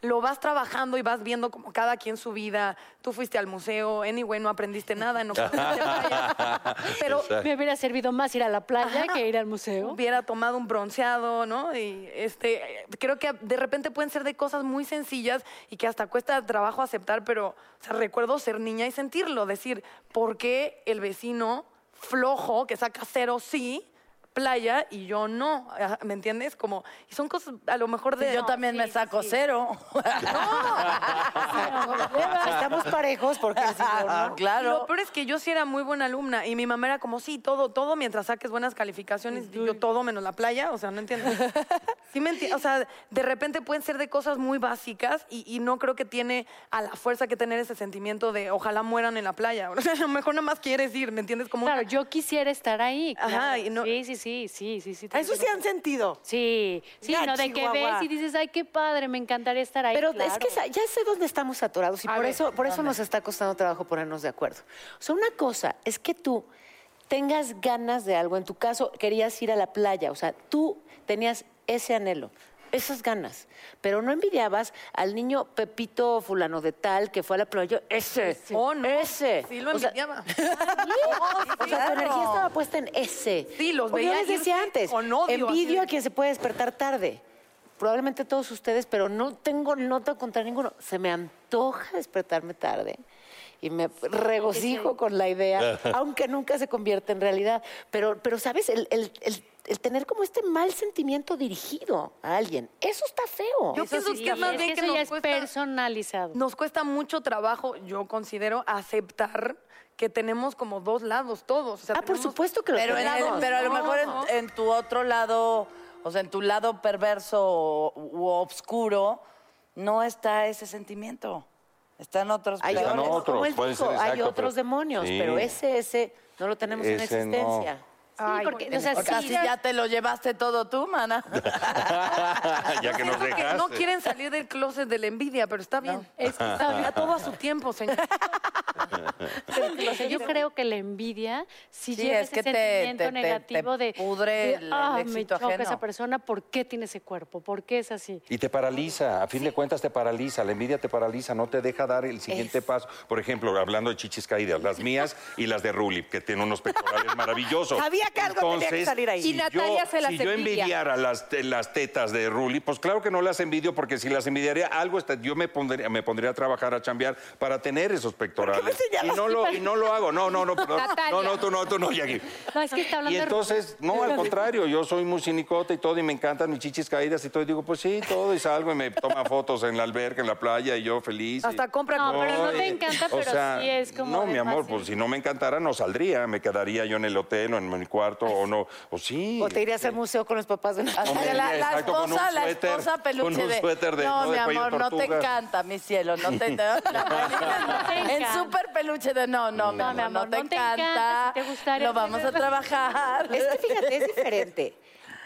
B: lo vas trabajando y vas viendo como cada quien su vida. Tú fuiste al museo, anyway, no aprendiste nada, no conociste playa. Pero
H: Me hubiera servido más ir a la playa
B: Ajá.
H: que ir al museo.
B: hubiera tomado un bronceado, ¿no? Y este, eh, creo que de repente pueden ser de cosas muy sencillas y que hasta cuesta trabajo aceptar, pero o sea, recuerdo ser niña y sentirlo. Decir, ¿por qué el vecino flojo que saca cero sí? playa y yo no, Ajá, ¿me entiendes? Como, y son cosas a lo mejor de...
A: Y yo también me saco cero.
H: Ah,
E: Estamos parejos porque si no, no.
B: Pero Lo
A: Claro.
B: peor es que yo sí era muy buena alumna y mi mamá era como, sí, todo, todo mientras saques buenas calificaciones. Y yo todo menos la playa, o sea, no entiendo. sí me enti- O sea, de repente pueden ser de cosas muy básicas y, y no creo que tiene a la fuerza que tener ese sentimiento de ojalá mueran en la playa. O sea, a lo mejor nada más quieres ir, ¿me entiendes? Como una-
H: Claro, yo quisiera estar ahí.
B: Ajá,
H: claro.
B: y no-
H: Sí, sí, sí, sí, sí, sí.
C: Ah, Eso
H: tienes
C: sí han
H: razón.
C: sentido.
H: Sí, sí,
C: Ya,
H: no, de que
C: Chihuahua.
H: ves y dices, ay, qué padre, me encantaría estar ahí.
E: Pero es
H: claro.
E: que sa- ya sé dónde estamos atorados y por eso, por eso nos está costando trabajo ponernos de acuerdo. O sea, una cosa es que tú tengas ganas de algo. En tu caso, querías ir a la playa. O sea, tú tenías ese anhelo, esas ganas. Pero no envidiabas al niño Pepito fulano de tal que fue a la playa. Ese,
B: Oh, no.
E: ese.
B: Sí, lo
E: O sea,
B: envidiaba.
E: o sea, tu energía estaba puesta en ese.
B: Sí, los
E: O
B: veía
E: Yo les
B: irse
E: decía antes,
B: con odio, así de-
E: envidio a quien se puede despertar tarde. Probablemente todos ustedes, pero no tengo nota contra ninguno. Se me antoja despertarme tarde y me regocijo con la idea, aunque nunca se convierta en realidad. Pero, pero ¿sabes? El, el- el- el tener como este mal sentimiento dirigido a alguien, eso está feo.
H: Yo pienso que es más bien que
C: eso ya
H: nos
C: es
H: cuesta-
C: personalizado.
H: Nos cuesta mucho trabajo, yo considero, aceptar que tenemos como dos lados todos.
E: Ah, por supuesto que lo
A: Pero, en el-
E: tenemos.
A: pero a lo mejor en, en tu otro lado, o sea, en tu lado perverso u obscuro, no está ese sentimiento. Están otros.
E: Hay
A: peores.
G: Están
E: otros, como
G: otros,
E: él
G: pueden
E: dijo,
G: ser,
E: hay
G: exacto,
E: otros
G: pero-
E: demonios,
G: Sí.
E: pero ese, ese, no lo tenemos en
G: Ese no.
E: existencia.
C: Sí, porque, o sea,
A: O sea,
C: sí,
A: si ya te lo llevaste todo tú, mana.
G: ya que nos
H: Siento que no
G: dejaste.
H: quieren salir del closet de la envidia, pero está bien.
C: es que está bien.
H: A todo a su tiempo, señor.
C: O sea, yo creo que la envidia si
A: Sí,
C: lleva
A: es
C: ese
A: que te-
C: sentimiento
A: te- te-
C: negativo
A: te
C: de
A: pudre
C: de,
A: el- el
C: "Ah, me
A: éxito
C: choca
A: ajeno".
C: esa persona, ¿por qué tiene ese cuerpo? ¿Por qué es así?
G: Y te paraliza, a fin de cuentas te paraliza, la envidia te paraliza, no te deja dar el siguiente paso. Por ejemplo, hablando de chichis caídas, las mías y las de Rulip, que tiene unos pectorales maravillosos.
J: Sabía que algo tenía que salir ahí.
G: Si
J: Y
D: Natalia
G: yo,
D: se las
G: si yo
D: cepilla.
G: envidiara las, te- las tetas de Rulip, pues claro que no las envidio, porque si las envidiaría algo, está- yo me pondría, me pondría a trabajar, a chambear, para tener esos pectorales. Y no, lo, y no lo hago, no, no, no, perdón.
D: Natalia.
G: No, no, tú no, tú no, Jackie.
C: No, es que está hablando
G: Y
C: de-
G: entonces, no, al contrario, yo soy muy cinicota y todo, y me encantan mis chichis caídas y todo, y digo, pues sí, todo, y salgo y me toma fotos en la alberca, en la playa, y yo feliz. y-
H: Hasta compra
C: No,
H: con-
C: pero no te
G: y-
C: encanta,
G: o
C: pero
G: sea,
C: sí es como
G: No,
C: de
G: mi amor,
C: fácil.
G: pues si no me encantara, no saldría, me quedaría yo en el hotel o en mi cuarto, o no, o sí.
E: O te irías al museo con los papás de
A: Hasta
G: Hombre,
A: que la, la
G: exacto, con un
A: esposa, la
G: suéter,
A: esposa peluche
G: con un
A: de.
G: suéter de-
A: no,
G: no, de
A: mi
G: cuello de
A: amor, no te
G: tortuga".
A: encanta, mi cielo. No te, no, la abuelita no.
C: te encanta.
A: En super peluche de no, no, mi, amor,
C: amor,
A: no te
C: no te
A: encanta.
C: encanta, si te gustaría
A: lo vamos a
C: tener-
A: trabajar.
E: Es que fíjate, es diferente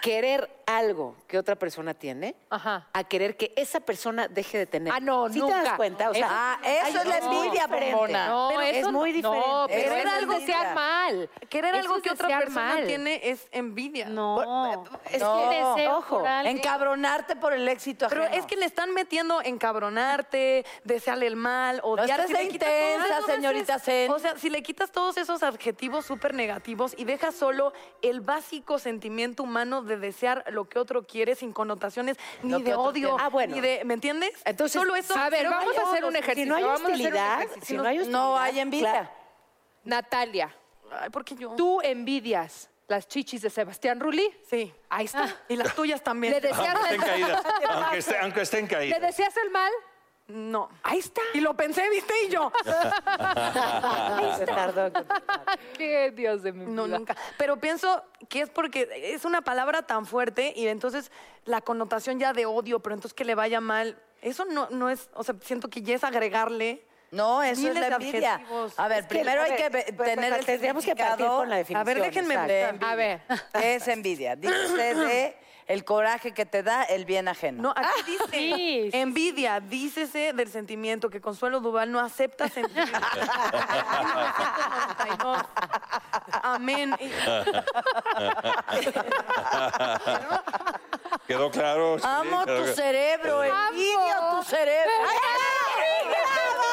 E: querer algo que otra persona tiene
D: Ajá.
E: a querer que esa persona deje de tener.
D: Ah, no,
E: ¿Sí
D: nunca.
E: te das cuenta? O sea,
A: Ah, eso es la envidia, bombona.
D: No,
E: Pero
D: eso
E: es muy
D: no-
E: diferente.
D: No, pero
A: Eso
D: querer
A: es
D: algo
A: envidia.
D: sea mal.
H: Querer
D: Eso
H: algo
D: es
H: que otra
D: desear
H: persona
D: mal.
H: tiene es envidia.
C: No, es
A: No,
C: que deseo
E: eh, ojo,
C: por alguien.
A: Encabronarte por el éxito
H: Pero
A: ajeno.
H: es que le están metiendo encabronarte, desearle el mal,
A: No
H: odiar.
A: estés de
H: le quitas todo
A: intensa,
H: eso, no seas-
A: señorita Zen.
H: O sea, si le quitas todos esos adjetivos súper negativos y dejas solo el básico sentimiento humano de desear lo que otro quiere sin connotaciones ni
A: Lo que
H: de
A: otro
H: odio,
A: quiere.
E: Ah, bueno.
H: ni de, ¿me entiendes?
E: Entonces,
H: solo eso.
D: a ver,
H: pero
D: vamos a
H: hay
D: hacer un
H: otros.
D: ejercicio.
E: si no hay
D: vamos a hacer un
E: hostilidad,
D: ejercicio.
E: si no hay hostilidad.
A: no hay envidia.
E: claro.
D: Natalia,
H: Ay, ¿por qué yo?
D: tú envidias las chichis de Sebastián Rulli.
H: Sí.
D: Ahí está.
H: Y las tuyas también.
D: Le deseas,
G: Aunque estén caídas, aunque, esté- aunque estén
D: ¿Le
G: caídas.
D: deseas el mal?
H: No.
D: Ahí está.
H: Y lo pensé, viste, y yo.
E: Se tardó.
D: Ah, Qué Dios de mi
H: No,
D: vida.
H: nunca. Pero pienso que es porque es una palabra tan fuerte y entonces la connotación ya de odio, pero entonces que le vaya mal, eso no, no es, o sea, siento que ya es agregarle.
A: No, eso
H: Miles
A: es
H: de
A: la envidia.
H: adjetivos.
A: A ver,
E: que,
A: primero
E: a
A: hay que
E: ver,
A: ve-
E: pues,
A: tener el
E: tendríamos que partir
A: significado
E: con la
H: A ver,
E: Definición,
H: déjenme.
E: exacto.
A: de
H: A
A: envidia.
H: ver.
D: ver.
A: Es envidia. Dice de el coraje que te da el bien ajeno.
H: No, aquí dice
C: sí, sí.
H: envidia, dícese del sentimiento que Consuelo Duval no acepta sentir. En 1992. Amén.
G: Quedó claro. Sí,
A: Amo
G: quedó
A: tu
G: claro.
A: cerebro, envidio tu cerebro. ¡Ay, ¡Bravo!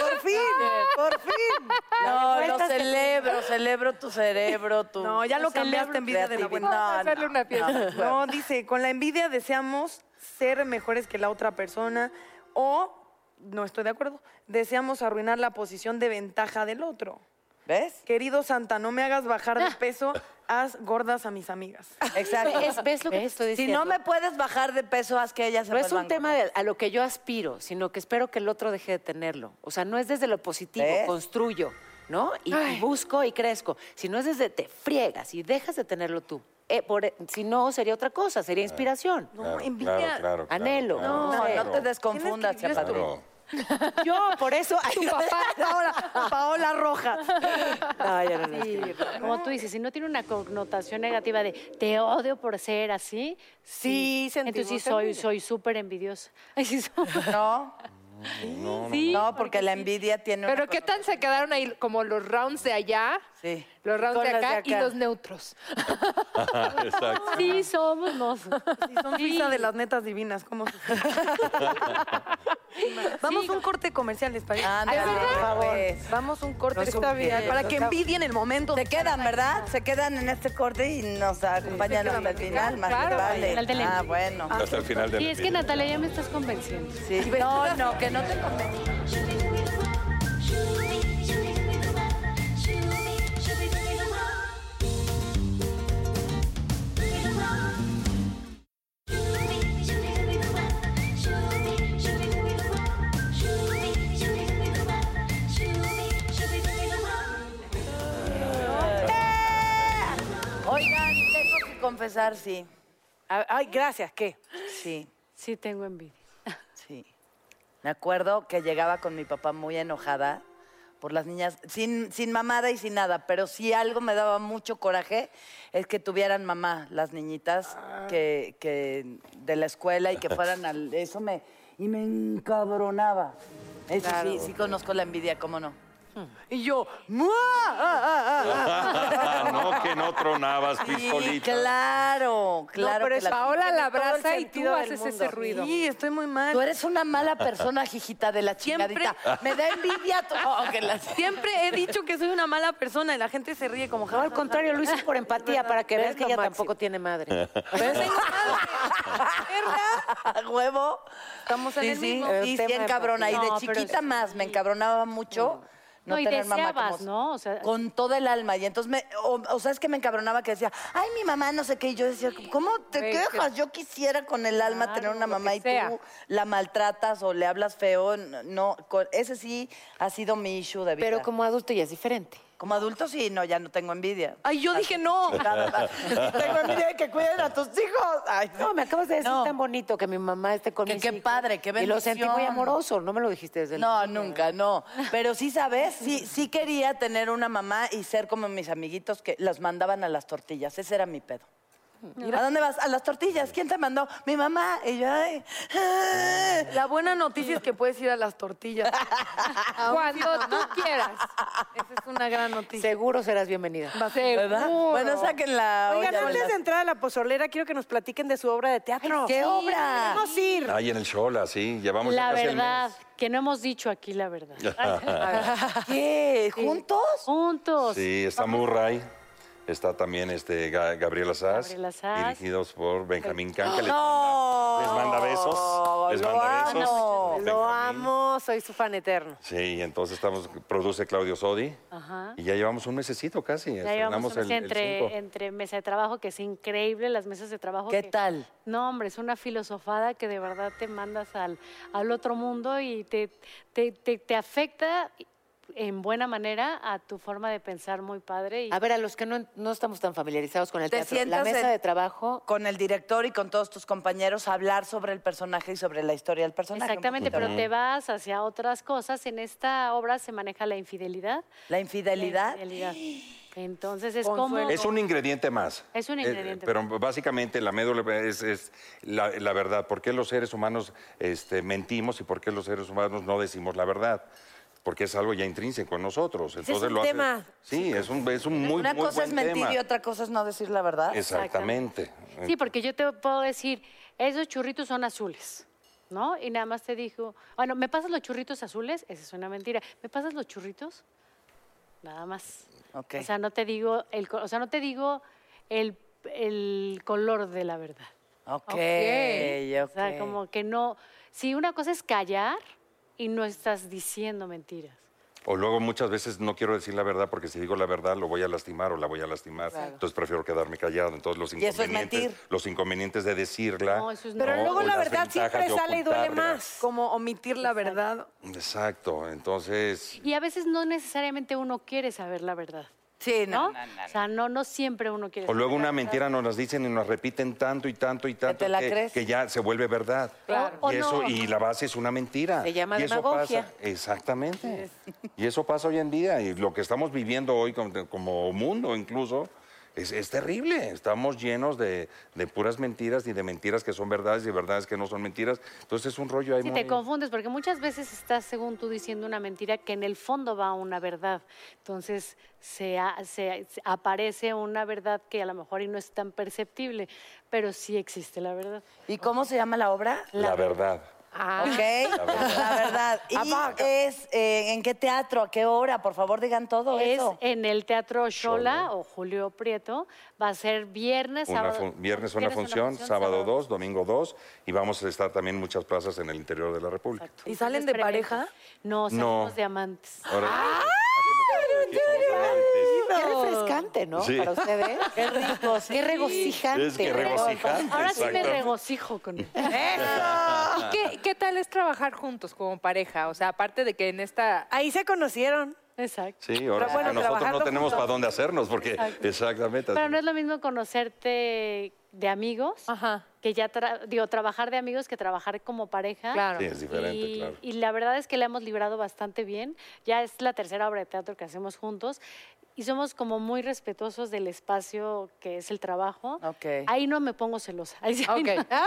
A: Por fin, por fin. No, lo celebro, celebro tu cerebro, tu.
H: No, ya lo cambiaste envidia de la buena.
A: creatividad.
D: Vamos a hacerle una fiesta.
H: No, dice, con la envidia deseamos ser mejores que la otra persona o, no estoy de acuerdo, deseamos arruinar la posición de ventaja del otro.
A: ¿Ves?
H: Querido Santa, no me hagas bajar de peso, haz gordas a mis amigas.
A: Exacto.
E: Es- ¿Ves lo que te estoy
A: Si
E: diciendo?
A: no me puedes bajar de peso, haz que ella se
E: No es un
A: vuelvan
E: tema de- a lo que yo aspiro, sino que espero que el otro deje de tenerlo. O sea, no es desde lo positivo,
A: ¿Ves?
E: construyo, ¿no? Y, y busco y crezco. Sino es desde te friegas y dejas de tenerlo tú. Eh, por- si no, sería otra cosa, sería inspiración.
H: No,
G: Claro,
H: envidia.
G: claro, claro, claro,
E: Anhelo.
G: claro.
A: gordas.
E: de-
A: No, no te desconfundas,
H: Tienes que
A: chaparro.
G: Claro.
E: Yo, por eso. Ay,
H: Tu papá, Paola, Paola Roja.
E: no, yo pues, no, no,
C: Sí,
E: escribí.
C: como tú dices, si no tiene una connotación negativa de te odio por ser así,
J: Sí, sentimos
C: entonces sí soy
J: envidia.
C: soy súper envidiosa. Ay, sí, soy-
A: No,
C: Sí,
A: no, porque la envidia tiene. una
D: Pero qué tan se quedaron ahí como los rounds de allá,
A: cosa- Sí.
D: los rounds
J: Con
D: de
J: los de
D: acá, y
J: acá.
D: los neutros.
G: Exacto.
C: sí somos, no.
H: Sí, son risa de las netas divinas. ¿cómo se- Vamos a un corte comercial, ¿les parece?
A: Ándale, por favor.
I: Pues,
H: Vamos a un corte
A: Nos
H: comercial
A: conviene.
H: para que envidien el momento.
A: Se quedan, ¿verdad? Se quedan en este corte y nos acompañan hasta el final, más
D: claro,
A: que vale.
C: al final del
A: ah,
C: envío.
A: bueno.
G: Hasta el final de
C: Y es que Natalia ya me estás convenciendo.
A: Sí. No, no, que no te convenga.
K: She makes me feel
A: confesar, sí.
C: Ay, gracias, ¿qué?
A: Sí,
H: Sí, tengo envidia.
A: sí. Me acuerdo que llegaba con mi papá muy enojada por las niñas, sin, sin mamada y sin nada, pero si algo me daba mucho coraje es que tuvieran mamá las niñitas que, que de la escuela y que fueran al... Eso me... Y me encabronaba. Eso sí, sí conozco la envidia, cómo no.
I: Y yo, ¡mua! Ah, ah, ah, ah.
G: no, que no tronabas,
A: Sí,
G: pistolita.
A: claro, claro.
D: pero
A: que
D: es Paola
A: Tiene
D: la
A: todo el
D: abraza y tú
A: sentido del
D: haces
A: mundo.
D: ese ruido.
I: Sí, estoy muy mal.
A: Tú eres una mala persona, jijita de la
I: Siempre-
A: chingadita. Me da envidia tu- Oh, que la-
I: Siempre he dicho que soy una mala persona y la gente se ríe como
E: No, al contrario, lo hice por empatía, para que veas que
C: lo
E: ella
C: máximo.
E: tampoco tiene madre.
A: A huevo.
I: Estamos en
A: sí,
I: el
A: sí,
I: mismo
A: sí, sí,
E: tema de
A: encabrona. Y de
H: No, pero
A: chiquita
H: sí.
A: más, me encabronaba mucho. No,
H: No, y
A: tener mamá
H: deseabas,
A: como-
H: ¿no? O sea-
A: con toda el alma. Y entonces, me, o, o sabes que me encabronaba que decía, ay, mi mamá, no sé qué. Y yo decía, ¿cómo te
D: Güey,
A: quejas? Yo quisiera con el alma
D: Claro,
A: tener una
D: lo que
A: mamá y
D: sea.
A: tú la maltratas o le hablas feo. No, con- ese sí ha sido mi issue de vida.
E: Pero como adulto ya es diferente.
A: Como adulto sí, no, ya no tengo envidia.
I: Ay, yo dije no.
A: tengo envidia de que cuiden a tus hijos. Ay,
E: No, me acabas de decir
A: No.
E: tan bonito que mi mamá esté con
A: Que
E: mis
A: qué
E: hijos.
A: padre, qué
E: Y lo sentí muy
A: bendición.
E: amoroso, no me lo dijiste desde el
A: No, nunca, no. Pero sí, ¿sabes? Sí, sí quería tener una mamá y ser como mis amiguitos que las mandaban a las tortillas. Ese era mi pedo. ¿A dónde vas? A las tortillas. ¿Quién te mandó? Mi mamá. Y yo, ay.
I: La buena noticia es que puedes ir a las tortillas.
D: Cuando tú quieras.
I: Esa es una gran noticia.
E: Seguro serás bienvenida.
A: ¿Verdad?
D: Seguro.
A: Bueno, saquen la
C: Oigan,
A: olla de
C: antes
A: las-
C: de entrar a la pozolera, quiero que nos platiquen de su obra de teatro.
A: ¡Qué obra!
C: Vamos a ir.
G: Ahí en el Shola, sí. Llevamos ya
H: La
G: casi el
H: verdad,
G: mes.
H: que no hemos dicho aquí la verdad.
A: ¿Qué? ¿Juntos?
H: Juntos.
G: Sí, está Murray. Está también este Ga- Gabriela Sass.
H: Gabriela Sass.
G: Dirigidos por Benjamín Can, que les,
A: ¡No!
G: manda, les manda besos. Les
A: Lo
G: manda besos.
A: amo.
C: Lo
G: Benjamín.
C: amo, soy su fan eterno.
G: Sí, y entonces estamos, produce Claudio Sodi.
H: Ajá.
G: Y ya llevamos un mesecito casi.
H: Ya llevamos
G: estrenamos
H: un mes
G: el- el cinco.
H: entre, entre mesa de trabajo, que es increíble, las mesas de trabajo.
A: ¿Qué
H: que-
A: tal?
H: No, hombre, es una filosofada que de verdad te mandas al, al otro mundo y te, te, te- te afecta en buena manera a tu forma de pensar muy padre. Y
E: A ver, a los que no, no estamos tan familiarizados con el
A: Te
E: teatro, la
A: sientas
E: mesa
A: en-
E: de trabajo,
A: Con el director y con todos tus compañeros hablar sobre el personaje y sobre la historia del personaje. un
H: exactamente,
A: poquito.
H: pero te vas hacia otras cosas. En esta obra se maneja la infidelidad.
A: La infidelidad.
H: La infidelidad. Entonces es
I: Consuelo.
H: como...
G: Es un ingrediente más.
H: Es un
G: Eh,
H: ingrediente
G: pero básicamente la médula es, es la, la verdad. ¿Por qué los seres humanos este, mentimos y por qué los seres humanos no decimos la verdad? Porque es algo ya intrínseco en nosotros. Entonces
C: un
G: lo hace-
C: tema.
G: Sí, es un, es un muy,
A: Una
G: muy
A: cosa es
G: buen
A: mentir
G: tema.
A: y otra cosa es no decir la verdad.
G: Exactamente.
H: Sí, porque yo te puedo decir, esos churritos son azules, ¿no? Y nada más te dijo, bueno, ¿me pasas los churritos azules? Esa es una mentira. ¿Me pasas los churritos? Nada más.
A: Ok.
H: O sea, no te digo el, co- o sea, no te digo el, el color de la verdad.
A: Ok, ok.
H: O sea, como que no. Si una cosa es callar y no estás diciendo mentiras.
G: O luego muchas veces no quiero decir la verdad porque si digo la verdad lo voy a lastimar o la voy a lastimar. Entonces prefiero quedarme callado. Entonces los
A: Y eso es
G: inconvenientes,
A: mentir.
G: los inconvenientes de decirla.
H: No, eso es
C: Pero
H: No,
C: luego
G: o
C: la
G: las
C: verdad
G: ventajas
C: siempre
G: de
C: sale y duele
G: ocultarla.
C: más.
I: Como omitir la verdad.
G: Exacto, entonces
H: Y a veces no necesariamente uno quiere saber la verdad.
A: Sí, no.
H: ¿No? O sea, no, no siempre uno
G: O
H: quiere saber
G: luego
H: la
G: una
H: verdad.
G: mentira nos las dicen y nos repiten tanto y tanto y tanto
A: te la crees.
G: que ya se vuelve verdad.
H: Claro. O- o
G: Y eso
H: no.
G: y la base es una mentira.
E: Se llama
G: y eso
E: demagogia.
G: pasa exactamente. Y eso pasa hoy en día y lo que estamos viviendo hoy con- como, mundo incluso es, es terrible. Estamos llenos de, de puras mentiras y de mentiras que son verdades y verdades que no son mentiras. Entonces es un rollo ahí
H: Sí,
G: muy-
H: te confundes, porque muchas veces estás, según tú, diciendo una mentira que en el fondo va a una verdad. Entonces, se, ha- se- se aparece una verdad que a lo mejor y no es tan perceptible, pero sí existe la verdad.
A: ¿Y cómo se llama la obra?
G: la verdad.
D: ah.
A: Ok, la verdad. Y es eh, en qué teatro, a qué hora, por favor digan todo
H: Es
A: eso.
H: en el Teatro Shola
G: Xola.
H: o Julio Prieto. Va a ser viernes,
G: Una
H: sábado.
G: fun- viernes una función, sábado dos, domingo dos y vamos a estar también en muchas plazas en el interior de la República.
H: Exacto.
I: ¿Y salen de
H: Experimento.
I: pareja?
H: No, salimos de amantes.
G: Ahora, aquí somos amantes.
E: qué refrescante, ¿no?
G: Sí.
E: Para ustedes. Qué rico. Qué regocijante.
G: Es que regocijante.
H: Ahora sí me
G: exactamente.
H: regocijo con
D: ¿Y qué, qué tal es trabajar juntos como pareja? O sea, aparte de que en esta...
C: Ahí se conocieron.
H: Exacto.
G: Sí, ahora
H: Pero
G: sí
H: bueno,
G: que nosotros no
H: trabajando
G: tenemos
H: juntos.
G: para dónde hacernos, porque
H: Exacto.
G: exactamente. así.
H: Pero no es lo mismo conocerte de amigos, que ya, tra- digo, trabajar de amigos que trabajar como pareja.
G: Claro. Sí, es diferente,
H: y,
G: claro.
H: y la verdad es que la hemos librado bastante bien. Ya es la tercera obra de teatro que hacemos juntos. Y somos como muy respetuosos del espacio que es el trabajo. Ahí no me pongo celosa. Ahí, sí- ahí
D: Ok.
H: na-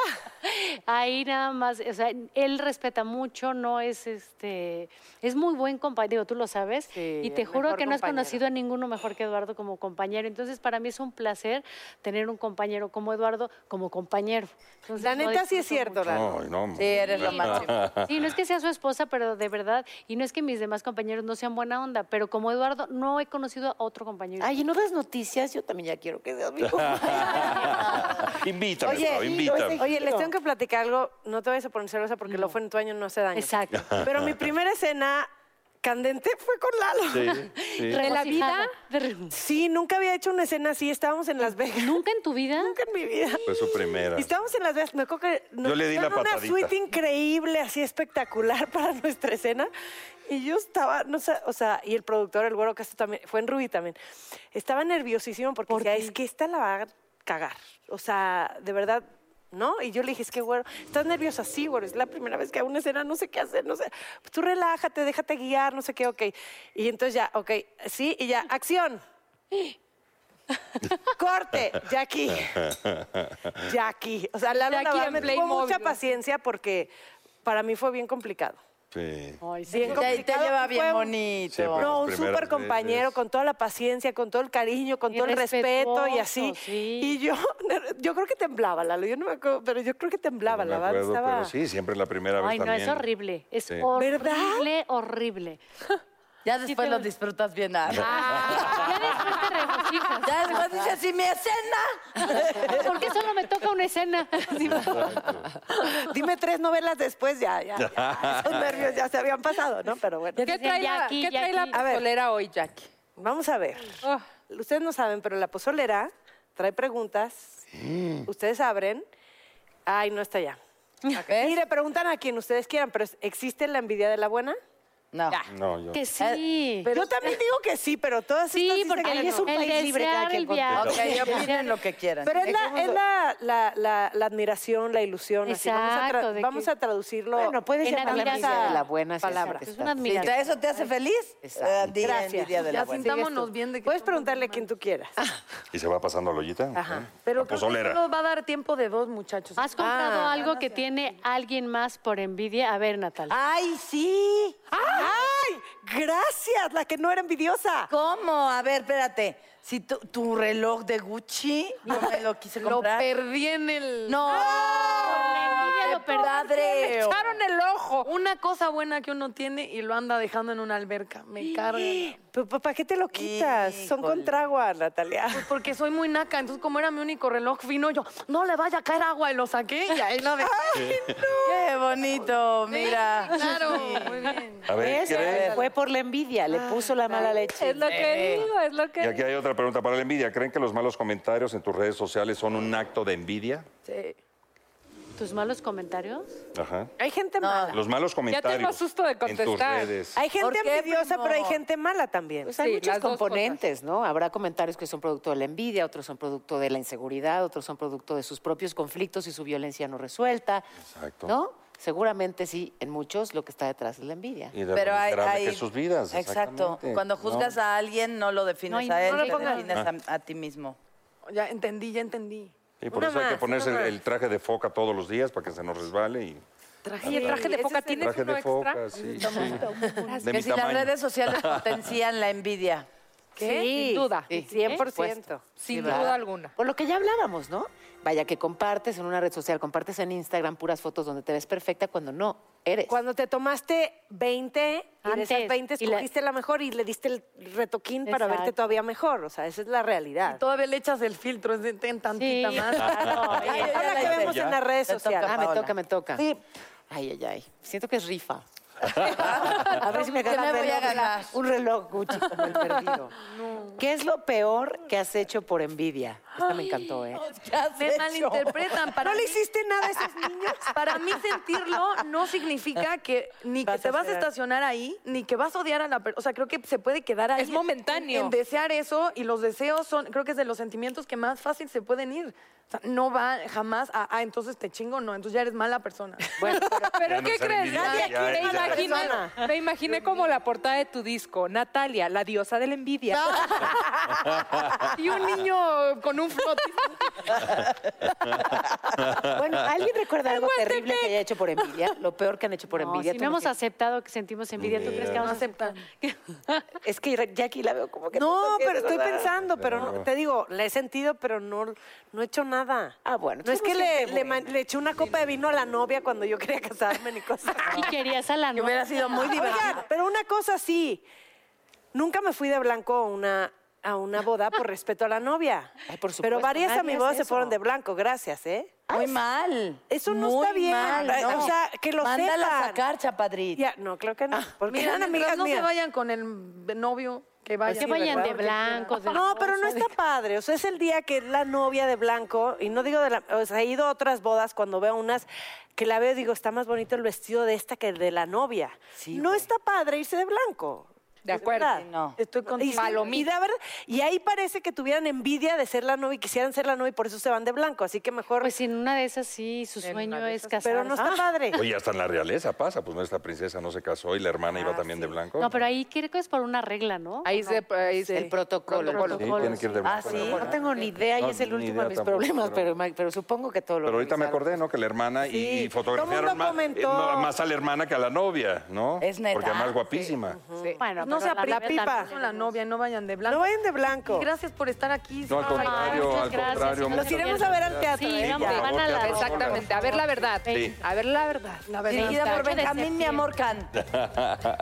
H: ahí nada más, o sea, él respeta mucho, no es este, es muy buen compañero, tú lo sabes. y te
D: el
H: juro
D: mejor
H: que no has
D: compañero.
H: conocido a ninguno mejor que Eduardo como compañero. Entonces, para mí es un placer tener un compañero como Eduardo como compañero. Entonces,
C: La
H: lo
C: neta sí es
H: disfruto
C: cierto,
H: mucho.
C: Raro.
G: Ay, no,
H: Sí, eres lo
G: no.
H: máximo. Sí, no es que sea su esposa, pero de verdad, y no es que mis demás compañeros no sean buena onda, pero como Eduardo, no he conocido a otro compañero.
E: Ay, ¿y no das noticias? Yo también ya quiero que seas mi
G: invítame, Pau, invítame.
C: oye, les tengo que platicar algo. No te vayas a poner celosa porque lo fue en tu año no se daña.
H: Exacto.
C: Pero mi primera escena candente fue con Lalo.
G: Sí, sí.
C: ¿De la vida?
H: De-
C: Sí, nunca había hecho una escena así. Estábamos en Las Vegas.
H: ¿Nunca en tu vida?
C: Nunca en mi vida.
G: Fue su primera.
C: Y estábamos en Las Vegas. Me acuerdo que nos
G: Yo le di la
C: hicieron una
G: patadita.
C: suite increíble, así espectacular para nuestra escena. Y yo estaba, no sé, o sea, y el productor, el güero Castro también, fue en Rubí también. Estaba nerviosísimo porque decía, es que esta la va a cagar. O sea, de verdad, ¿no? Y yo le dije, es que, güero, estás nerviosa, sí, güero, es la primera vez que hago una escena, no sé qué hacer, no sé. pues Tú relájate, déjate guiar, no sé qué, ok. Y entonces ya, ok, sí, y ya, acción. Corte, Jackie. Jackie. O sea, Lalo, la
D: Jackie
C: verdad,
D: en
C: me tuvo
D: Playmobil.
C: mucha paciencia porque para mí fue bien complicado.
G: Sí.
C: Bien
A: Te, te
C: complicado.
A: lleva
C: Fue
A: bien
C: un-
A: bonito.
G: Sí,
C: No,
G: pero- Las
C: un
G: primeras
C: súper compañero,
G: veces.
C: con toda la paciencia, con todo el cariño, con
H: Y
C: todo el respeto y así.
H: respetuoso, sí.
C: Y yo, yo creo que temblaba, Lalo. Yo no me acuerdo, pero yo creo que temblaba,
G: No me
C: la verdad.
G: acuerdo,
C: estaba...
G: pero sí, siempre la primera vez
H: Ay, no,
G: también.
H: es horrible. Es
G: Sí.
H: horrible,
C: ¿Verdad?
H: horrible.
A: Ya después
H: te-
A: lo disfrutas bien. ah.
H: Ya después te regocijas.
A: Ya después dices, ¿y mi escena?
H: ¿Por qué solo me toca una escena? Sí,
C: Dime tres novelas después, ya, ya, ya. Esos nervios ya se habían pasado, ¿no? Pero bueno.
D: ¿Qué trae, la,
H: Jackie,
D: ¿qué trae la
H: Jackie.
C: A ver.
D: pistolera hoy, Jackie?
C: Vamos a ver.
D: Oh,
C: Ustedes no saben, pero la pozolera trae preguntas. Ustedes abren. Ay, no está ya. Y le preguntan a quien ustedes quieran, pero ¿existe la envidia de la buena?
A: No.
G: No, yo.
H: que
I: Eh,
H: sí.
C: Yo también digo que sí, pero todas
H: Sí,
C: estas dicen
H: porque
C: que
H: el-
C: es un
H: el
C: país libre cada
H: desear
C: quien
H: el
C: contesta.
H: viaje.
A: Ok, opinen lo que quieran.
C: Pero es, la, es la, la- la- la admiración, la ilusión. así. Vamos, a tra-
H: Exacto, de que-
C: vamos a traducirlo.
E: Bueno, puedes
H: En
E: llamarla
H: admiración.
E: envidia de la buena. si
C: Palabra.
E: siempre
H: Es una
E: estás-
A: Si
H: admiración.
A: te- eso te hace feliz, eh, di
C: Gracias.
A: envidia de la
I: Ya
A: buena.
I: sintámonos bien de que.
C: Puedes
I: somos
C: preguntarle a
I: humanos.
C: quien tú quieras.
G: Y se va pasando la ollita. ¿eh?
I: Pero
G: La
I: creo que
G: pozolera.
I: solo va a dar tiempo de dos muchachos.
H: ¿Has comprado
C: Ah,
H: algo que tiene alguien más por envidia? A ver, Natal.
A: ¡Ay, sí!
C: ¡Ay! ¡Gracias! La que no era envidiosa.
A: ¿Cómo? A ver, espérate. Si tu, tu reloj de Gucci, yo me lo quise
I: Lo
A: comprar.
I: perdí en el.
A: No,
H: ¡Ah! envidia
A: qué
H: lo perdí.
A: padre.
I: Echaron el ojo. Una cosa buena que uno tiene y lo anda dejando en una alberca. Me carga.
C: Pero, Pues, ¿Para qué te lo quitas? Son
A: Híjole.
C: con trago, ah, Natalia.
I: Pues porque soy muy naca, entonces como era mi único reloj fino, yo, no le vaya a caer agua, y lo saqué y ahí lo dejé.
A: Qué bonito, mira.
I: Claro, muy bien.
G: A ver,
E: Esa
G: ¿creen?
E: Fue por la envidia,
A: Ah,
E: le puso la mala leche.
D: es lo que digo, es lo
G: Y
D: que
G: aquí hay otra pregunta para la envidia. ¿Creen que los malos comentarios en tus redes sociales son un acto de envidia?
H: ¿Tus malos comentarios?
G: Ajá.
C: Hay gente mala.
G: Los malos comentarios.
D: asusto de
G: En tus
D: contestar.
G: redes.
C: Hay
A: ¿Por
C: gente
A: qué,
C: envidiosa,
A: primo?
C: pero hay gente mala también.
E: Pues hay
D: Sí,
E: muchos
D: las dos
E: componentes, ¿no? Habrá comentarios que son producto de la envidia, otros son producto de la inseguridad, otros son producto de sus propios conflictos y su violencia no resuelta.
G: Exacto.
E: ¿No? Seguramente sí, en muchos lo que está detrás es la envidia.
G: Y de
A: Pero
G: lo
A: hay,
G: miserable
A: hay-
G: que es sus vidas.
A: Exacto.
G: exactamente,
A: Cuando
G: ¿no? Ah.
A: juzgas a alguien, no lo defines
H: No,
A: a
H: y
A: él,
H: no
A: no
H: lo
A: lo
H: pongas.
A: defines a, a ti mismo.
I: Ya entendí, ya entendí.
G: Y por
I: Una
G: eso hay que
I: más,
G: ponerse el,
I: una
G: el traje de foca todos los días para que se nos resbale y
I: Traje,
D: Oye, traje de foca, ¿tienes
G: traje
D: uno
G: de
D: extra?
G: foca, sí, sí. De
A: que
G: mi
A: si
G: tamaño.
A: las redes sociales potencian la envidia.
D: ¿Qué? Sin duda.
E: Sí,
C: 100%.
D: Sin
E: ¿verdad?
D: duda alguna.
E: Por lo que ya hablábamos, ¿no? Vaya que compartes en una red social, compartes en Instagram puras fotos donde te ves perfecta cuando no eres.
C: Cuando te tomaste 20 y de esas
H: Antes,
C: 20
H: y la-
C: escogiste la... mejor y le diste el retoquín para
H: Exacto.
C: verte todavía mejor. O sea, esa es la realidad.
I: Todavía le echas el filtro, es de ten tantita
H: Sí.
I: más.
C: Ay,
A: ya
C: Ahora
A: la
C: que
A: hice,
C: vemos
G: ya.
C: en las redes
A: Me toca
C: sociales.
E: Ah, me
A: Paola.
E: toca, me toca.
C: Sí.
E: Ay, ay, ay. Siento que es rifa. a ver si me
A: ¿Qué
E: gano
A: me
E: un
A: voy a
E: reloj,
A: ganar?
E: un reloj Gucci como el perdido. ¿Qué es lo peor que has hecho por envidia? Esta me encantó, ¿eh?
B: Me malinterpretan. Para
I: ¿No le
B: mí-
I: hiciste nada a esos niños?
B: Para mí sentirlo no significa que ni que
I: Vas
B: te
I: a
B: vas a
I: odiar.
B: estacionar ahí, ni que vas a odiar a la persona. O sea, creo que se puede quedar ahí.
D: Es momentáneo.
B: En, en desear eso y los deseos son, creo que es de los sentimientos que más fácil se pueden ir. O sea, no va jamás a, ah, entonces te chingo, no, entonces ya eres mala persona.
E: Bueno, pero-
D: ¿Pero
G: Ya no
D: qué
G: saben
D: crees?
G: ni nada,
D: Nadie
G: ya,
D: quiere-
G: ya.
D: me imaginé-
E: Persona.
D: Me imaginé como la portada de tu disco, Natalia, la diosa de la envidia. y un niño con un flotis.
E: bueno, ¿alguien recuerda algo terrible que haya hecho por envidia? Lo peor que han hecho por
H: No,
E: envidia.
H: si
E: tú
H: no hemos
E: tienes-
H: aceptado que sentimos envidia, ¿tú crees que vamos a aceptar?
E: Es que Jackie la veo como que...
C: No,
E: te
C: pero
E: toques,
C: estoy
E: ¿verdad?
C: pensando, pero no- te digo, la he sentido, pero no, no he hecho nada.
E: Ah, bueno,
C: No es que
E: somos
C: le,
E: gente
C: le ma- le eché una copa de vino a la novia cuando yo quería casarme ni cosas.
H: Y querías a la
C: Que
H: novia.
C: Oigan, pero una cosa sí, nunca me fui de blanco a una, a una boda por respeto a la novia.
E: Ay, por
C: pero
E: supuesto,
C: varias
E: nadie
C: amigas
E: hace
C: se fueron
E: eso.
C: de blanco, gracias, ¿eh?
A: Muy mal.
C: Eso no
A: Muy
C: está bien.
A: mal, no.
C: O sea, que lo
A: Mándala a
C: sepan.
A: sacar, chapadrita.
C: Ya, no, creo que no. Porque
B: Mira,
C: eran
B: mientras
C: amigas
B: no se
C: mías.
B: vayan con el novio, que vayan.
H: Que vayan de blanco. de
C: No, pero no
H: rosa, de-
C: está padre. O sea, es el día que la novia de blanco, y no digo de la. O sea, he ido a otras bodas cuando veo unas que la veo y digo, está más bonito el vestido de esta que el de la novia. no está padre irse de blanco.
D: De
C: Es
D: acuerdo.
C: verdad.
A: No.
C: Estoy con y, y,
D: Palomita.
C: la verdad- y ahí parece que tuvieran envidia de ser la novia y quisieran ser la novia y por eso se van de blanco. Así que mejor.
H: Pues en una de esas sí, su
D: En
H: sueño
D: una de
H: es
D: esas,
H: casarse.
C: pero no está padre.
G: Oye, hasta en la realeza pasa, pues nuestra princesa no se casó y la hermana iba también de blanco.
H: No, pero ahí creo que es por una regla, ¿no?
D: Ahí se... ahí se-
E: El protocolo.
G: Sí, tienen que ir de blanco.
E: Ah, sí,
G: la hermana.
E: no tengo ni idea
G: No,
E: y es el
G: ni
E: último
G: idea
E: de mis
G: tampoco,
E: problemas,
G: pero-
E: pero, ma- pero supongo que todo lo
G: Pero ahorita me
E: revisaron.
G: acordé, ¿no? Que la hermana y-
C: Sí,
G: y,
C: todo el mundo
G: fotografiaron más,
C: comentó.
G: eh, no, más a la hermana que a la novia, ¿no?
A: Es neta.
G: Porque además guapísima.
D: Sí.
H: Bueno,
B: No
H: pero
B: se
H: la novia
B: aprieten
C: pipa.
H: también.
B: con la novia, no vayan de blanco.
C: No vayan de blanco.
B: Y gracias por estar aquí.
G: No, al
B: Ay,
G: contrario,
H: muchas
G: al
H: gracias,
G: contrario.
H: sí,
G: muchas
C: Los iremos a ver al teatro.
H: Sí,
C: ¿eh?
H: vamos,
G: por favor,
H: van a la
G: teatro.
H: rosa.
D: Exactamente. A ver la verdad.
G: Sí.
D: A ver la verdad. La
A: Dirigida por Benjamín, mi amor, Can.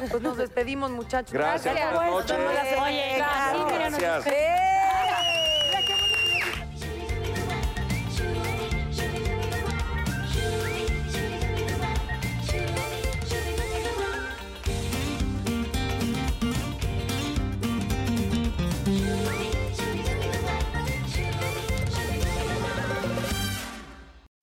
B: Pues nos despedimos, muchachos.
G: Gracias,
C: Pues,
G: buenas noches.
H: Oye, sí, mira, nos
G: Gracias.